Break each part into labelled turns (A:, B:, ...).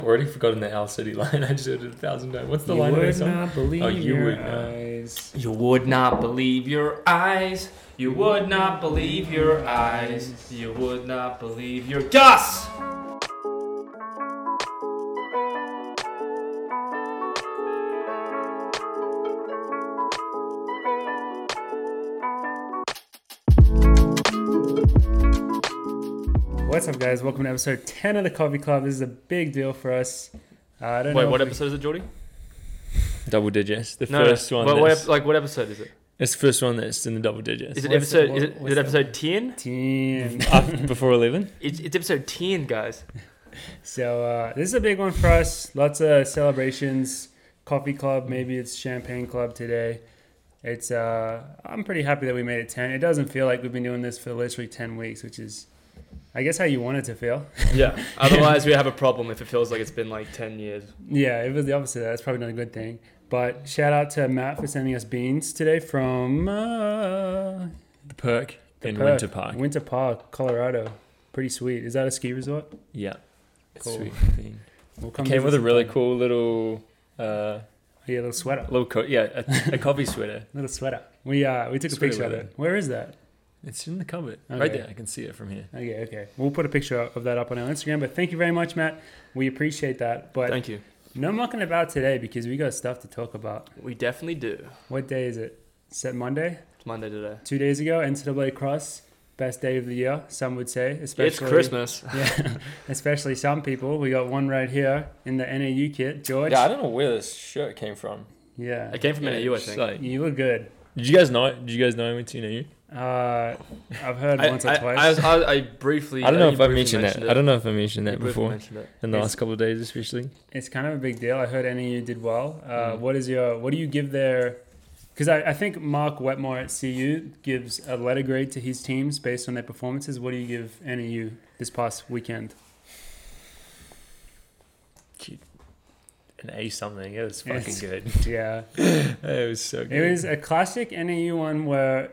A: I've already forgotten the Owl City line. I just heard it a thousand times. What's the
B: you
A: line of that
B: would
A: song?
B: not believe
A: Oh, you
B: your
A: would not.
B: eyes.
A: You would not believe your eyes. You would not believe your eyes. You would not believe your Gus.
B: What's up, guys? Welcome to episode 10 of the Coffee Club. This is a big deal for us. Uh, I don't
C: Wait,
B: know
C: what
B: if we-
C: episode is it, Geordie?
A: Double digits. The
C: No,
A: first
C: no.
A: one.
C: What, what,
A: that's,
C: ep- like, what episode is it?
A: it's the first one that's in the double digits.
C: Is it
B: What's the-
C: episode?
B: what-
C: Is it, is
B: what's
C: it
B: the-
C: episode ten?
B: Team.
A: Up before eleven?
C: It's, it's episode ten, guys.
B: So uh, this is a big one for us. Lots of celebrations. Coffee club, maybe it's champagne club today. It's uh, I'm pretty happy that we made it ten. It doesn't feel like we've been doing this for literally ten weeks, which is, I guess, how you want it to feel.
C: Yeah. Otherwise, we have a problem if it feels like it's been like ten years.
B: Yeah, it was the opposite. of that. That's probably not a good thing. But shout out to Matt for sending us beans today from uh,
A: The perk
B: the
A: in
B: Perth,
A: Winter Park.
B: Winter Park, Colorado. Pretty sweet. Is that a ski resort?
A: yeah.
B: Cool.
A: Sweet thing.
B: We'll come
A: Came
B: visit
A: with a really
B: sometime.
A: cool little uh
B: yeah little sweater.
A: little coat yeah, a, a coffee sweater.
B: Little sweater. We uh we took a
A: Sweater
B: picture of
A: weather.
B: it. Where is that?
A: It's in the cupboard. Right
B: Okay.
A: there. I can see it from here.
B: Okay, okay. We'll put a picture of that up on our Instagram. But thank you very much, Matt. We appreciate that. But
C: Thank you.
B: no mucking about today because we got stuff to talk about.
C: We definitely do.
B: What day is it? Set Monday.
C: It's Monday today.
B: Two days ago, NCAA cross, best day of the year. Some would say, especially
C: It's Christmas.
B: Yeah, especially some people. We got one right here in the NAU kit, George.
A: Yeah, I don't know where this shirt came from.
B: Yeah.
C: I came from
A: Yeah,
C: NAU, I
A: it's
C: think.
A: like-
B: You look good.
A: did you guys know it? Did you guys know I went to NAU?
B: Uh, I've heard
C: I,
B: once
C: I-
B: or twice.
C: I was- I- I briefly.
A: I don't
C: uh,
A: know
C: you
A: if I
C: briefly
A: mentioned that. I
C: it.
A: don't know if I mentioned
C: You
A: that
C: briefly
A: before
C: mentioned it.
A: in the
B: It's-
A: last couple of days, especially.
B: it's kind of a big deal. I heard NAU did well. Uh,
C: Mm.
B: What is your? What do you give their? Because I, I think Mark Wetmore at CU gives a letter grade to his teams based on their performances. What do you give NAU this past weekend?
A: An A something. It was
B: Yes.
A: fucking good.
B: Yeah,
A: it was so good.
B: it was a classic NAU one where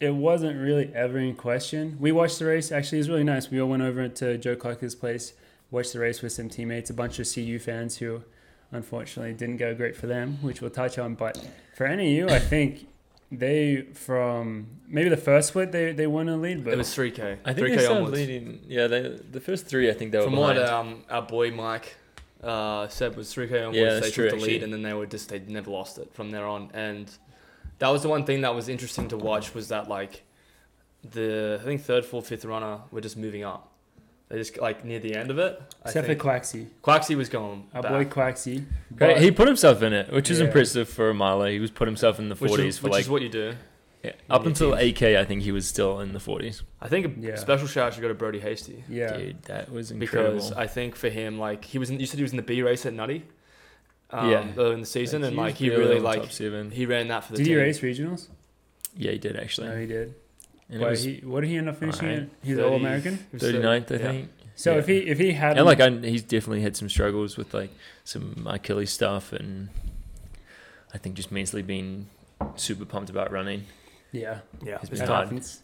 B: it wasn't really ever in question. We watched the race. Actually, it was really nice. We all went over to Joe Clark's place, watched the race with some teammates, a bunch of CU fans who unfortunately didn't go great for them, which we'll touch on. But for NAU, I think they from maybe the first split they they won a lead, but
C: It was three k.
A: I think
C: Three
A: they
C: k
A: started
C: onwards.
A: leading. Yeah, they, the first three, I think they were
C: From
A: behind.
C: what um, our boy Mike uh, said was 3K onwards,
A: Yeah,
C: they
A: that's
C: took
A: true,
C: the
A: actually.
C: lead and then they were just, they never lost it from there on. And that was the one thing that was interesting to watch was that, like, the, I think, third, fourth, fifth runner were just moving up. They just, like, near the end of it. I
B: except for
C: think.
B: Quaxi,
C: Quaxi was going
B: our
C: back,
B: boy Quaxi.
A: Great, he put himself in it, which is
B: Yeah.
A: impressive for a miler. He was put himself in the
C: which,
A: 40s
C: is,
A: for
C: which
A: like
C: is what you do.
A: yeah, up
C: many
A: until
C: teams.
A: AK. I think he was still in the 40s.
C: I think a
B: Yeah.
C: special shout out should go to Brody Hasty.
B: yeah,
A: Dude, that was incredible.
C: because I think for him, like he was, in, you said he was in the B race at Nutty, um,
A: Yeah.
C: earlier in the season,
A: Like,
C: and
A: was
C: like he
A: barely
C: really
A: on
C: like
A: top seven.
C: he ran that for the
B: did he
C: team.
B: race regionals?
A: Yeah, he did actually.
B: No, he did.
A: and it
B: But
A: was
B: he, what did he end up finishing?
A: alright.
B: at? He's
C: Thirty-
B: all American.
C: he was thirty-
A: 39th, I
C: yeah.
A: think.
B: So
A: Yeah.
B: if he if he had
A: And like I, he's definitely had some struggles with like some Achilles stuff, and I think just mentally being super pumped about running.
B: yeah,
C: Yeah,
A: He's
B: that
A: been hard.
B: happens.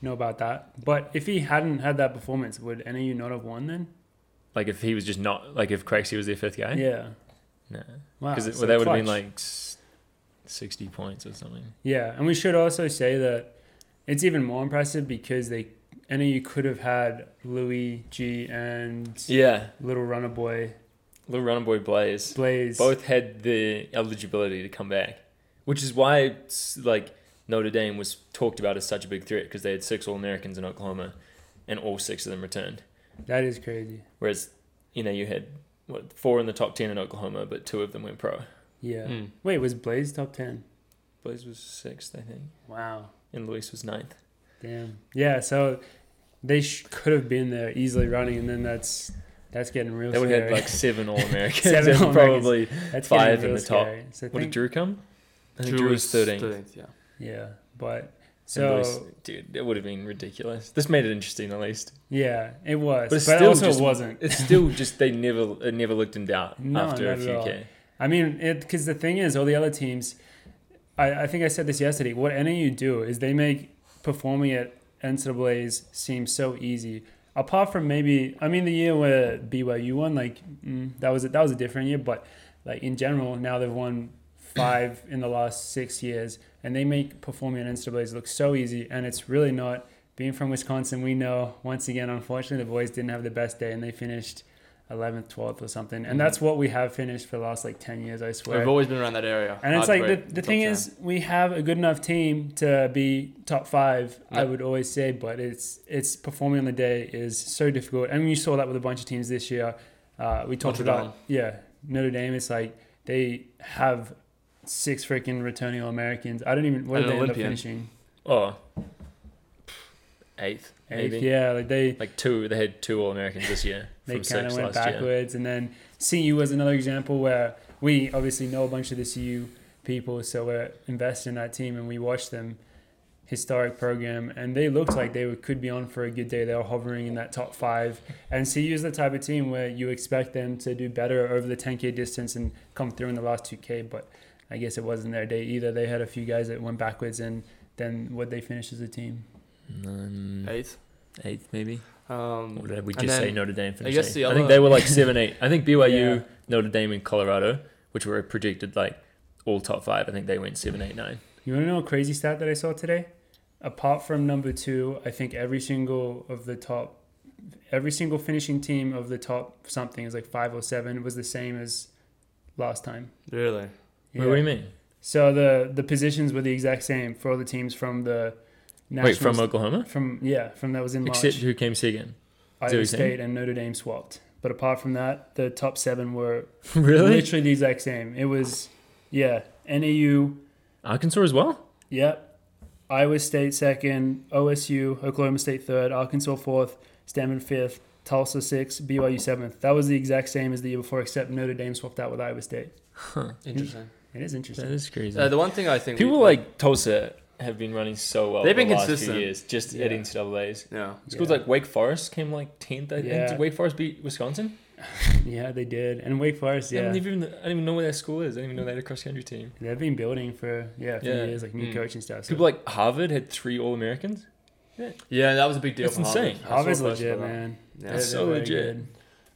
B: Know about that. But if he hadn't had that performance, would NAU not have won then?
A: Like if he was just not like if Craxy was their fifth guy,
B: Yeah.
A: no,
B: Wow.
A: because
B: so
A: well, that would have been
B: clutch.
A: like s- sixty points or something.
B: Yeah, and we should also say that it's even more impressive because they NAU could have had Louis G and
A: Yeah,
B: Little Runner Boy
A: little runner boy Blaze
B: Blaze.
A: both had the eligibility to come back, which is why it's, like Notre Dame was talked about as such a big threat because they had six All Americans in Oklahoma, and all six of them returned.
B: That is crazy.
A: Whereas, you know, you had what four in the top ten in Oklahoma, but two of them went pro.
B: Yeah.
C: Mm.
B: Wait, was Blaze top ten?
A: Blaze was sixth, I think,
B: Wow.
A: and Luis was ninth.
B: Damn. Yeah. So they sh- could have been there easily running, and then that's that's getting real.
A: They would have
B: scary.
A: had like seven All Americans.
B: Seven
A: and
B: All-Americans.
A: probably.
B: that's
A: five
B: getting
A: in
B: real
A: the top.
B: scary. So
A: What did
B: think-
A: Drew come? I think
C: Drew was
A: thirteenth.
C: 13th, yeah.
B: Yeah, but
A: So,
B: so
A: dude, it would have been ridiculous. This made it interesting, at least.
B: yeah, it was,
A: But
B: but,
A: it's still
B: also
A: just-
B: wasn't.
A: It's still just they never it never looked in doubt
B: No,
A: after a
B: not at
A: few
B: all.
A: K.
B: I mean, it because the thing is, all the other teams. I, I think I said this yesterday. What NAU do is they make performing at NCAA's seem so easy. apart from maybe I mean the year where BYU won, like mm, that was a, that was a different year. But like in general, now they've won five in the last six years, and they make performing on NCAA's look so easy, and it's really not. Being from Wisconsin, we know once again, unfortunately, the boys didn't have the best day, and they finished. 11th, 12th, or something. And that's what we have finished for the last like 10 years, I swear.
C: We've always been around that area.
B: And it's
C: Hard
B: like
C: break,
B: the, the
C: top
B: thing
C: 10.
B: is we have a good enough team to be top five, I
C: Yep.
B: would always say, but it's it's performing on the day is so difficult. and you saw that with a bunch of teams this year. Uh, we talked
C: Notre
B: about
C: Dame.
B: yeah, Notre Dame. It's like they have six freaking returning All Americans. I don't even what
C: And
B: did they
C: an
B: end up
C: Olympian.
B: finishing?
A: Oh, eighth,
B: Eighth,
A: maybe.
B: yeah, like they
A: Like two, they had two All Americans this year
B: they
A: from
B: kind
A: six
B: of went
A: last year.
B: backwards. And then CU was another example where we obviously know a bunch of the CU people, so we're invested in that team and we watched them historic program and they looked like they were, could be on for a good day. They were hovering in that top five. And CU is the type of team where you expect them to do better over the 10k distance and come through in the last 2k, but I guess it wasn't their day either. They had a few guys that went backwards and then what they finished as a team.
A: And then
C: eighth.
A: eighth, maybe.
C: Um,
A: Or Mm. did we
C: and
A: just say
C: then-
A: Notre Dame finished
C: guess
A: eighth?
C: the
A: I think
C: other-
A: they were like seven, eight. I think BYU,
B: Yeah.
A: Notre Dame, and Colorado, which were predicted like all top five. I think they went seven, eight, nine.
B: You want to know a crazy stat that I saw today? Apart from number two, I think every single of the top, every single finishing team of the top something is like five or seven was the same as last time.
C: Really?
A: Wait, What do you mean?
B: So the the positions were the exact same for all the teams from the
A: Wait, from
B: nationals-
A: Oklahoma?
B: from yeah from that was in March.
A: Except who came second?
B: Iowa
A: Zero, same?
B: State and Notre Dame swapped, but apart from that, the top seven were
A: really?
B: literally the exact same. It was yeah NAU,
A: Arkansas as well?
B: Yep. Iowa State second, OSU, Oklahoma State third, Arkansas fourth, Stanford fifth, Tulsa sixth, BYU seventh. That was the exact same as the year before, except Notre Dame swapped out with Iowa State.
C: Interesting.
B: It is
A: That
B: interesting.
A: is crazy.
C: Uh, the one thing I think we-
A: People like Tulsa have been running so well.
C: They've
A: They've been
C: been
A: the last
C: consistent.
A: Few years, just
B: Yeah.
A: at NCAA's.
C: yeah.
A: Schools
B: Yeah.
A: like Wake Forest came like tenth. I think.
B: Yeah.
A: Did Wake Forest beat Wisconsin?
B: Yeah, they did. And Wake Forest,
A: I,
B: yeah.
A: don't even, I don't even know where their school is. I don't even know they had a cross country team.
B: They've been building for yeah, for
A: Yeah.
B: years, like new
C: Mm.
B: coaching stuff. So
A: People like Harvard had three All Americans.
C: Yeah, that was a big deal.
A: That's
C: for Harvard.
A: insane.
C: I saw
B: Harvard's
C: a post
B: legit,
C: about that.
B: man.
C: Yeah.
A: That's so
B: very
A: legit.
B: good.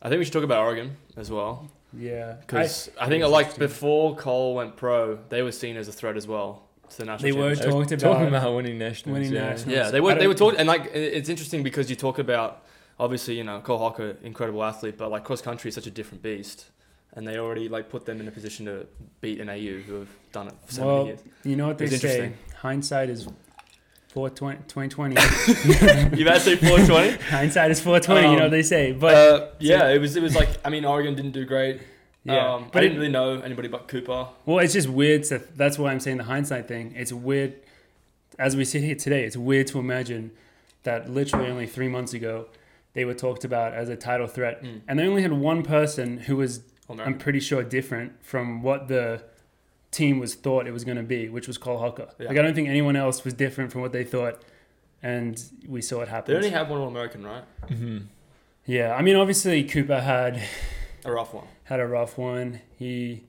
C: I think we should talk about Oregon as well.
B: Yeah.
C: Because I, think
B: it's
C: like
B: interesting.
C: before Cole went pro, they were seen as a threat as well to the national
B: They were
C: championship.
A: They were
B: talked
A: talking
B: about
A: about how winning nationals.
B: winning
A: yeah.
B: nationals.
C: Yeah, they
B: I
C: were.
B: don't-
C: They were talking, and like it- it's interesting because you talk about obviously you know Cole Hawker, incredible athlete, but like cross country is such a different beast, and they already like put them in a position to beat an AU who have done it for so
B: Well,
C: many years.
B: you know what they
C: It's
B: say?
C: interesting.
B: Hindsight is 420, 2020.
C: You've actually 420.
B: Hindsight is 420, you know what
C: Um,
B: they say. But
C: uh, yeah, it was it was like I mean Oregon didn't do great.
B: Yeah,
C: um,
B: but
C: I
B: it-
C: didn't really know anybody but Cooper.
B: well, it's just weird. To, that's why I'm saying the hindsight thing. It's weird, as we sit here today. It's weird to imagine that literally only three months ago they were talked about as a title threat,
C: Mm.
B: and they only had one person who was,
C: All
B: I'm pretty sure, different from what the team was thought it was going to be, which was Cole Hawker.
C: Yeah.
B: Like I don't think anyone else was different from what they thought, and we saw it happen.
C: They only have one All American, right?
A: Mhm.
B: yeah, I mean, obviously Cooper had
C: A rough one.
B: had a rough one. He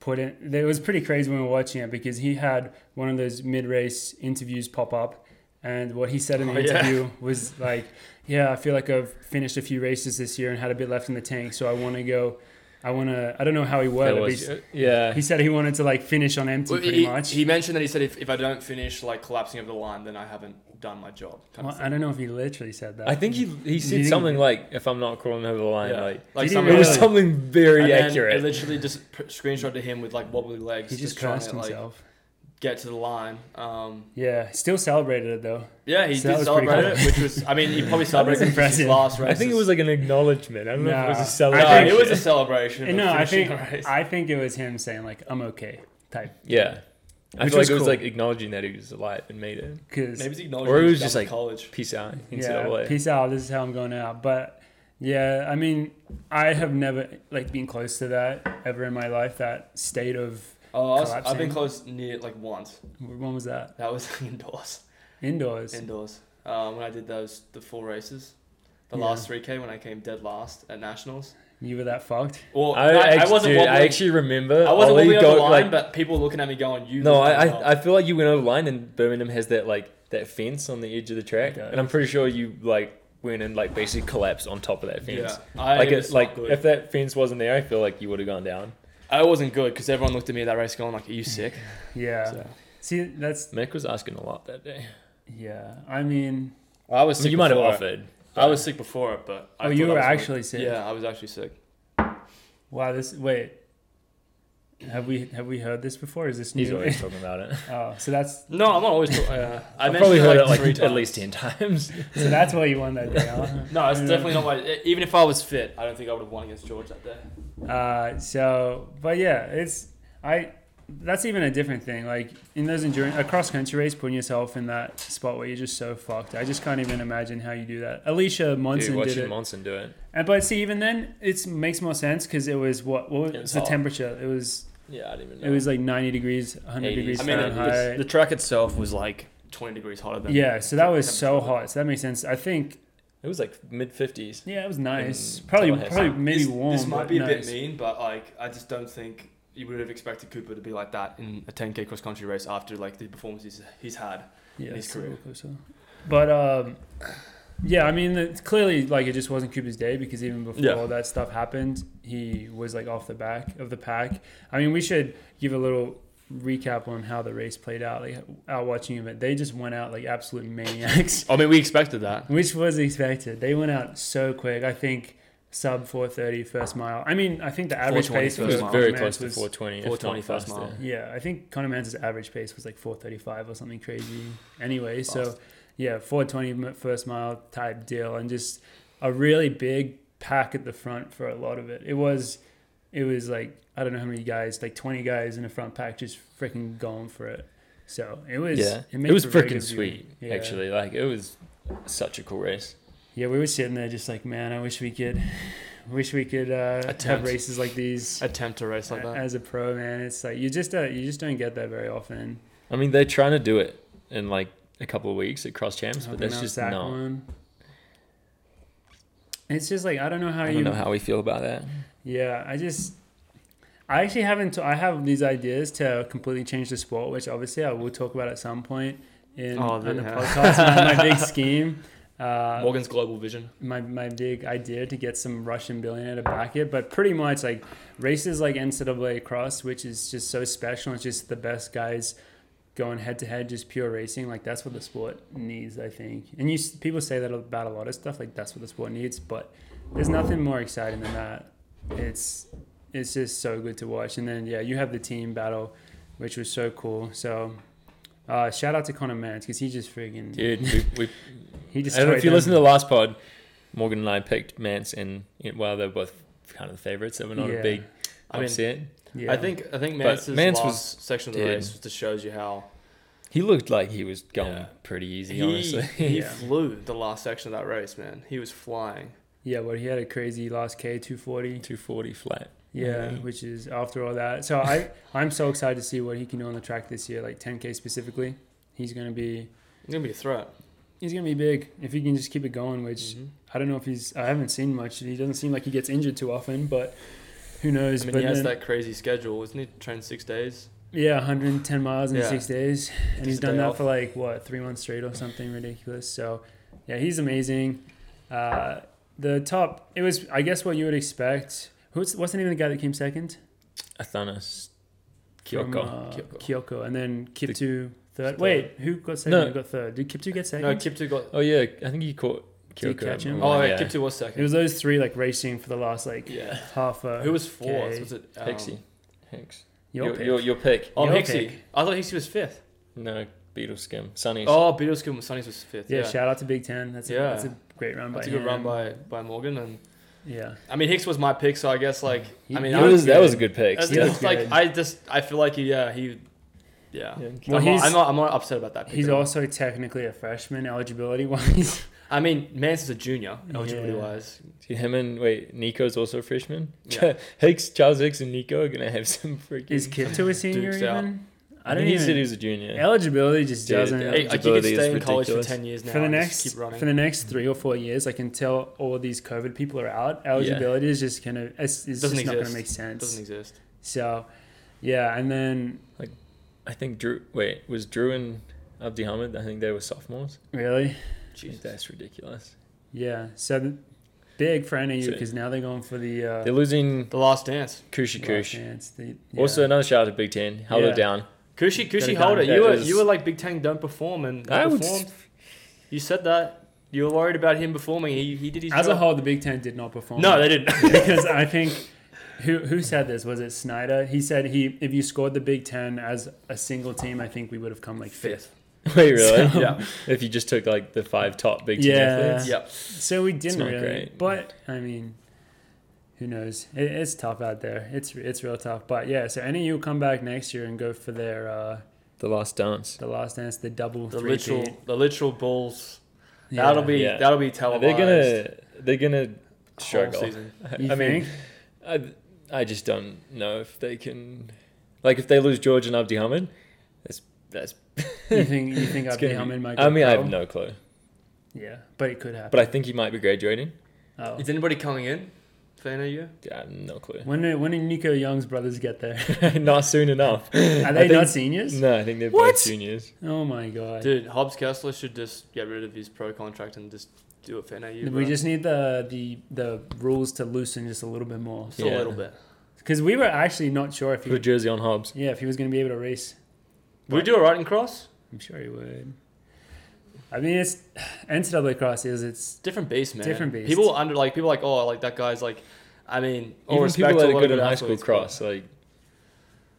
B: put in. It was pretty crazy when we were watching it because he had one of those mid-race interviews pop up, and what he said in the
C: Oh, yeah.
B: interview was like, "Yeah, I feel like I've finished a few races this year and had a bit left in the tank, so I want to go. I want to. I don't know how he
A: That
B: worded. it, but
A: was-
B: he-
A: yeah.
B: he said he wanted to like finish on empty,
C: Well,
B: pretty
C: he,
B: much.
C: he mentioned that he said if, if I don't finish like collapsing over the line, then I haven't done my job. Kind
B: well,
C: of
B: I
C: thing.
B: don't know if he literally said that.
A: I think he he
B: You
A: said
B: think-
A: something like, "If I'm not crawling over the line,
C: Yeah.
A: like."
C: Like
B: Did he
C: some
A: It was
B: Really?
A: something very
C: and then I
A: accurate.
C: literally just p- screenshot to him with like wobbly legs,
B: he just
C: trying
B: cursed
C: to like
B: himself.
C: get to the line. Um,
B: yeah, still celebrated it though.
C: yeah, he
B: So that was
C: did
B: pretty
C: celebrate
B: cool.
C: it, which was I mean he probably celebrated
B: was
C: it because his
B: impressive.
C: last race.
A: I think it was like an acknowledgement. I don't know if it was a
B: Nah.
C: no,
A: celebration.
C: it was a celebration. but
B: no, I
C: finishing
B: think
C: the race.
B: I think it was him saying like I'm okay type
A: yeah. I
B: Which
A: feel like
B: was
A: it was
B: cool.
A: like acknowledging that he was alive and made it.
B: because
C: maybe it's acknowledging
A: Or it
C: he's
A: was
C: done
A: just,
C: with
A: like-
C: college.
A: Peace out.
B: Yeah,
A: NCAA.
B: peace out. This is how I'm going out. But yeah, I mean, I have never like been close to that ever in my life. That state of
C: Oh, I was, I've
B: collapsing.
C: been close near like once.
B: when was that?
C: That was indoors.
B: Indoors.
C: Indoors. Um, when I did those the four races, the
B: Yeah.
C: last three k when I came dead last at nationals.
B: you were that fucked.
C: Well,
A: I,
C: I, I
A: actually,
C: wasn't.
A: dude, I
C: wobbling-
A: actually remember.
C: I wasn't
A: Ollie
C: wobbling over
A: go-
C: the line,
A: like-
C: but people were looking at me going, "You."
A: no,
C: looked
A: I,
C: dumb."
A: I I feel like you went over the line in Birmingham has that like that fence on the edge of the track,
B: It does.
A: and I'm pretty sure you like went and like basically collapsed on top of that fence.
C: Yeah, I
A: Like
C: it
A: it,
C: was
A: like
C: not good.
A: if that fence wasn't there, I feel like you would have gone down.
C: I wasn't good because everyone looked at me at that race going like, "Are you sick?"
B: Yeah.
C: So,
B: See, that's
A: Mick was asking a lot that day.
B: yeah. I mean,
C: I was
A: I
C: sick.
A: mean, you might have
C: before it.
A: offered.
C: I was sick before it, but I
B: oh,
C: thought
B: you
C: I
B: were
C: was gonna-
B: actually sick.
C: Yeah, I was actually sick.
B: Wow. This wait. Have we have we heard this before? Is this
A: He's
B: new?
A: always talking about it.
B: oh, so that's
C: No, I'm not always. Uh, I
A: I've probably heard it
C: three
A: like at
C: times.
A: least ten times.
B: so that's why you won that day. huh?
C: No, it's
B: Yeah.
C: definitely not my. e, Even if I was fit, I don't think I would have won against George that day.
B: Uh, so, but yeah, it's I. That's even a different thing. Like in those endurance, a cross country race, putting yourself in that spot where you're just so fucked. I just can't even imagine how you do that. Alicia Monson
A: Dude, watching
B: did it,
A: Monson do it.
B: and but see, even then, it makes more sense because it was what what was,
C: It was
B: the
C: hot.
B: temperature? It was
A: Yeah, I didn't even
B: it was like 90 degrees, 100
A: 80s.
B: degrees
C: I mean, it was-
B: Fahrenheit.
C: the track itself was like 20 degrees hotter than.
B: yeah, so that was so hot. So that makes sense. I think
A: It was like mid fifties.
B: yeah, it was nice.
A: In
B: Probably
A: Tallahassee.
B: probably maybe
C: this,
B: warm.
C: This might
B: but
C: be a
B: nice.
C: bit mean, but like I just don't think you would have expected Cooper to be like that in a 10k cross country race after like the performances he's had.
B: yeah,
C: his
B: it's a
C: career.
B: little closer. But um, yeah, I mean, it's clearly, like it just wasn't Cooper's day because even before
C: Yeah.
B: that stuff happened, he was like off the back of the pack. I mean, we should give a little recap on how the race played out. Like out watching him, they just went out like absolute maniacs,
C: I mean, we expected that.
B: which was expected. They went out so quick. I think sub 4:30 first mile. I mean, I think the average
C: 4:20
B: pace
A: It
C: It
A: was
B: was
C: first mile.
A: very
B: Conor
A: close to
B: Mann's
A: four
B: was-
A: twenty.
C: 420 first mile.
B: yeah, I think Conor Mans's average pace was like 435 or something crazy. Anyway, so
C: Fast.
B: yeah, 420 m- first mile type deal, and just a really big pack at the front for a lot of it. It was, it was like I don't know how many guys, like 20 guys in the front pack, just freaking going for it. So it was,
A: yeah, it,
B: makes
A: was
B: for very good
A: freaking
B: viewing.
A: sweet.
B: Yeah.
A: Actually, like it was such a cool race.
B: Yeah, we were sitting there just like, man, I wish we could, wish we could uh, have
C: Attempt.
B: races like these.
C: Attempt a race like that.
B: As a pro man, it's like you just uh, you just don't get that very often.
A: I mean, they're trying to do it in like a couple of weeks at Cross Champs, but
B: Hoping
A: that's
B: Mount
A: just
B: Sac
A: not.
B: won. It's just like I don't know how
A: I
B: you.
A: don't know how we feel about that.
B: Yeah, I just. I actually haven't. I have these ideas to completely change the sport, which obviously I will talk about at some point in
C: Oh,
B: on the
C: yeah.
B: podcast. my, my big scheme, uh,
C: Morgan's global vision.
B: my my big idea to get some Russian billionaire to back it, but pretty much like races like NCAA Cross, which is just so special. It's just the best guys going head to head, just pure racing. Like that's what the sport needs, I think. And you s- people say that about a lot of stuff. Like that's what the sport needs, but there's nothing more exciting than that. It's it's just so good to watch. And then yeah, you have the team battle, which was so cool. So. Uh, shout out to Connor Mance because he just friggin'
A: Dude, we, we,
B: he just.
A: I don't know if you
B: destroyed them.
A: listened to the last pod. Morgan and I picked Mance, and you know, well, they're both kind of the favorites. They were not
B: Yeah.
A: a big
C: I mean,
A: upset.
B: Yeah.
C: I think I think
A: But
C: Mance's
A: Mance
C: last
A: was-
C: section of the
A: dude.
C: race just shows you how
A: he looked like he was going
C: Yeah.
A: pretty easy,
C: he,
A: honestly.
C: he
B: Yeah.
C: flew the last section of that race, man. He was flying.
B: Yeah, but he had a crazy last K two forty.
A: Two forty flat.
B: Yeah,
A: Mhm.
B: which is after all that. So I I'm so excited to see what he can do on the track this year, like ten K specifically. He's gonna be
C: He's gonna be a threat.
B: he's gonna be big if he can just keep it going. Which
C: Mhm.
B: I don't know if he's I haven't seen much. He doesn't seem like he gets injured too often, but who knows?
C: I mean,
B: but
C: he
B: then-
C: has that crazy schedule, isn't he? Train six days.
B: yeah, 110 miles in
C: Yeah.
B: six days, and
C: Just
B: he's
C: a
B: done
C: day
B: that
C: off.
B: for like what three months straight or something ridiculous. So yeah, he's amazing. Uh, the top it was I guess what you would expect. Who's what's the name of the guy that came second?
A: Athanas
B: from,
A: Kyoko.
B: uh, Kyoko.
C: Kyoko.
B: and then
A: The-
B: Kiptu third.
C: third.
B: Wait, who got second?
A: No.
B: Who got third? Did Kiptu get second?
C: No, Kipto got.
A: oh yeah, I think he caught Kyoko.
B: Did he catch him?
C: Oh,
A: Oh
C: yeah,
A: yeah,
C: Kipto was
B: it
C: second.
B: was those three like racing for the last like
C: Yeah.
B: half. A,
C: Who was fourth?
B: Okay.
C: Was it um,
A: Hixie. Hicks.
B: Oh. your
A: Your,
B: pick?
A: your, your pick.
C: Oh,
B: Your
C: Hixie.
B: pick.
C: I thought Hixie was fifth.
A: No, Beetle Skim. Sunny's.
C: Oh, Beatles was Sonny's was fifth.
B: yeah,
C: Yeah,
B: shout out to Big Ten. That's a,
C: Yeah.
B: that's a great run
C: that's a
B: by
C: good run
B: him.
C: by by Morgan. And
B: yeah.
C: I mean, Hicks was my pick, so I guess like
B: He-
C: I
B: he
C: mean,
A: that,
C: I,
A: was,
B: was
A: that was a
B: good.
A: good pick.
C: that's-
B: he was
C: that's, like
B: good.
C: I just I feel like yeah he yeah.
A: Yeah.
B: Well,
C: I'm, not,
B: he's-
C: I'm not I'm not upset about that. Pick
B: He's
C: at all.
B: also technically a freshman eligibility wise.
C: I mean, Mance is a junior eligibility
B: Yeah.
C: wise.
A: Dude, him and wait, Nico's also a freshman.
C: Yeah.
A: Hicks, Charles Hicks, and Nico are gonna have some freaking.
B: Is Kiptu a senior
C: Duke's
B: even?
C: out.
B: I don't
A: think he said he
B: even.
A: was a junior.
B: Eligibility just
A: Dude,
B: doesn't.
A: Yeah,
C: Hey, like you could
A: eligibility is
C: stay in college for
A: ridiculous.
C: ten years now.
B: for the
C: and
B: next
C: just keep running.
B: for the next three or four years, like until all these COVID people are out, eligibility is just gonna it's, it's just
C: Doesn't
B: not gonna
C: exist.
B: make sense.
C: doesn't exist.
B: So, yeah, and then
A: I think Drew. Wait, was Drew and Abdi Hamid? I think they were sophomores.
B: really,
A: Jeez,
C: Jesus.
A: that's ridiculous.
B: Yeah, so th- big for NAU
A: So-
B: because now they're going for the uh,
A: They're losing
C: The last dance.
A: Kushi
B: last
A: Kush.
B: chance, the-
A: Also,
B: yeah.
A: another shout out to Big Ten. Held
B: Yeah.
A: it down.
C: Kushi Kushi
B: it done.
C: Holder,
A: That
C: you were
A: is-
C: you were like Big Tang don't perform and he
A: I would-
C: performed. You said that you were worried about him performing. He, he did his
B: as
C: job.
B: a whole, the Big Ten did not perform.
C: No, they didn't.
B: because I think who who said this was it Snyder? He said he if you scored the Big Ten as a single team, I think we would have come like fifth.
A: Wait, really?
B: So-
C: Yeah.
A: If you just took like the five top Big Ten
B: Yeah.
A: athletes.
C: Yep.
B: So we didn't
A: not
B: really,
A: great.
B: but I mean, who knows? It, it's tough out there. It's it's real tough. But yeah, so NAU will come back next year and go for their uh,
A: The last dance.
B: the last dance, the double
C: The
B: three-peat.
C: literal the literal balls.
B: Yeah.
C: That'll be
A: Yeah.
C: that'll be
A: They're
C: televised.
A: gonna they're gonna
C: whole
A: struggle.
C: season.
B: You
A: I mean,
B: think?
A: I, I just don't know if they can. Like, if they lose George and Abdi Hamid, that's that's.
B: you think you think
A: it's gonna
B: Abdi
A: be-
B: Hamid might?
A: I
B: go
A: mean, I
B: pro?
A: have no clue,
B: Yeah, but it could happen.
A: but I think he might be graduating.
B: oh.
C: Is anybody coming in? For NAU?
A: Yeah, I have no clue.
B: when do, when do Nico Young's brothers get there?
A: not soon enough.
B: Are
A: I
B: they
A: think-
B: not seniors?
A: No, I think they're
C: What?
A: both juniors.
B: Oh my god!
C: Mm. Dude, Hobbs Kessler should just get rid of his pro contract and just do it for NAU.
B: we
C: bro.
B: just need the the the rules to loosen just a little bit more
C: just a
A: Yeah.
C: little bit.
B: because we were actually not sure if
A: Put a
B: he
A: jersey on Hobbs.
B: yeah if he was going to be able to race.
C: Would we do a right and cross?
B: I'm sure he would. I mean, it's NCAA cross is it's
C: Different beast, man.
B: Different beast.
C: People under like people like oh like that guy's like, I mean, all
A: Even
C: respect
A: people that
C: to a
A: are
C: lot of
A: good in high
C: athletes,
A: school
C: but-
A: cross, like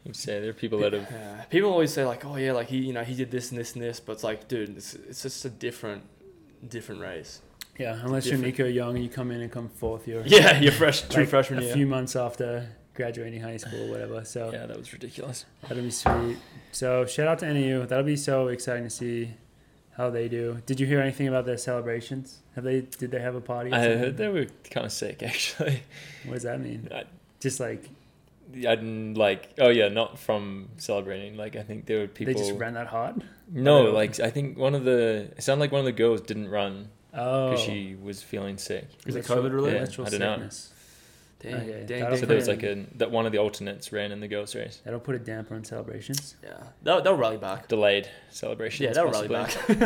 A: you'd say, there are people that have.
C: Yeah. People always say like, oh yeah, like he, you know, he did this and this and this, but it's like, dude, it's, it's just a different, different race.
B: yeah unless you're
C: different.
B: Nico Young, you come in and come fourth year.
C: Yeah, you're fresh, true
B: like,
C: freshman
B: a
C: year.
B: few months after graduating high school, or whatever. So
A: Yeah, that was ridiculous.
B: that'll be sweet. So shout out to NAU. That'll be so exciting to see how they do. Did you hear anything about their celebrations? Have they did they have a party? or
A: I
B: something?
A: heard they were kind of sick, actually.
B: What does that mean?
A: I-
B: Just like
A: I didn't like. Oh yeah, not from celebrating. Like I think there were people.
B: they just ran that hard.
A: No,
B: Oh.
A: like I think one of the it sounded like one of the girls didn't run
B: Oh,
A: because she was feeling sick.
C: Is it
B: Literal-
C: COVID related?
A: Yeah,
B: literal
A: I dunno.
B: sickness.
C: Dang,
B: Okay,
C: dang,
B: that'll
C: dang,
A: So there was
C: dang.
A: like a that one of the alternates ran in the girls' race.
B: That'll put a damper on celebrations.
C: yeah, they'll, they'll rally back.
A: Delayed celebration.
C: Yeah, they'll rally back.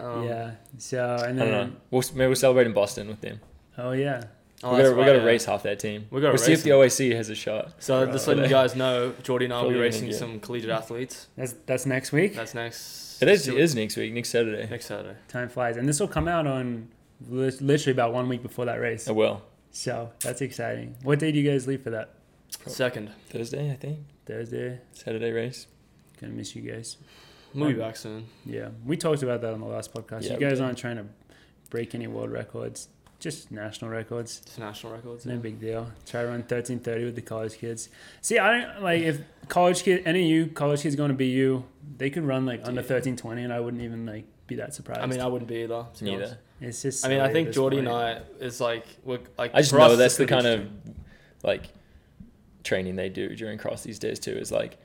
C: um,
B: yeah. So and
A: I
B: then
A: don't know. We'll, s- maybe we'll celebrate in Boston with them.
B: oh yeah,
C: oh,
A: we got
C: that's
A: we got to
C: right, yeah.
A: race half that team.
C: We gotta
A: we'll see
C: race
A: if the
C: them.
A: OAC has a shot.
C: So just letting you guys know, Jordy and I will be
A: Probably
C: racing
A: gonna get-
C: some collegiate athletes.
B: that's that's next week.
C: That's next.
A: It is, it is next week, next Saturday.
C: next Saturday.
B: Time flies, and this will come out on lit- literally about one week before that race.
A: Oh well,
B: So that's exciting. What day do you guys leave for that?
A: Probably.
C: Second,
A: Thursday I think.
B: Thursday.
A: Saturday race.
B: Gonna miss you guys.
C: we'll be
B: Um,
C: back soon.
B: Yeah, we talked about that on the last podcast.
A: Yeah,
B: you
A: we
B: guys
A: did.
B: aren't trying to break any world records, just national records.
C: It's national records.
B: It's no
C: yeah.
B: big deal. Try to run thirteen thirty with the college kids. See, I don't like if college kid any of you college kids going to be you. They could run like under
C: Yeah.
B: thirteen twenty, and I wouldn't even like be that surprised.
C: I mean, I wouldn't be either. to be honest.
A: Neither.
B: it's just.
C: I mean, I
B: silly at
C: think
B: this
C: Jordy and
B: point.
C: I is like we're like.
A: I just
C: for us,
A: know
C: it's
A: that's the
C: gonna
A: kind
C: be
A: of like training they do during cross these days too. Is like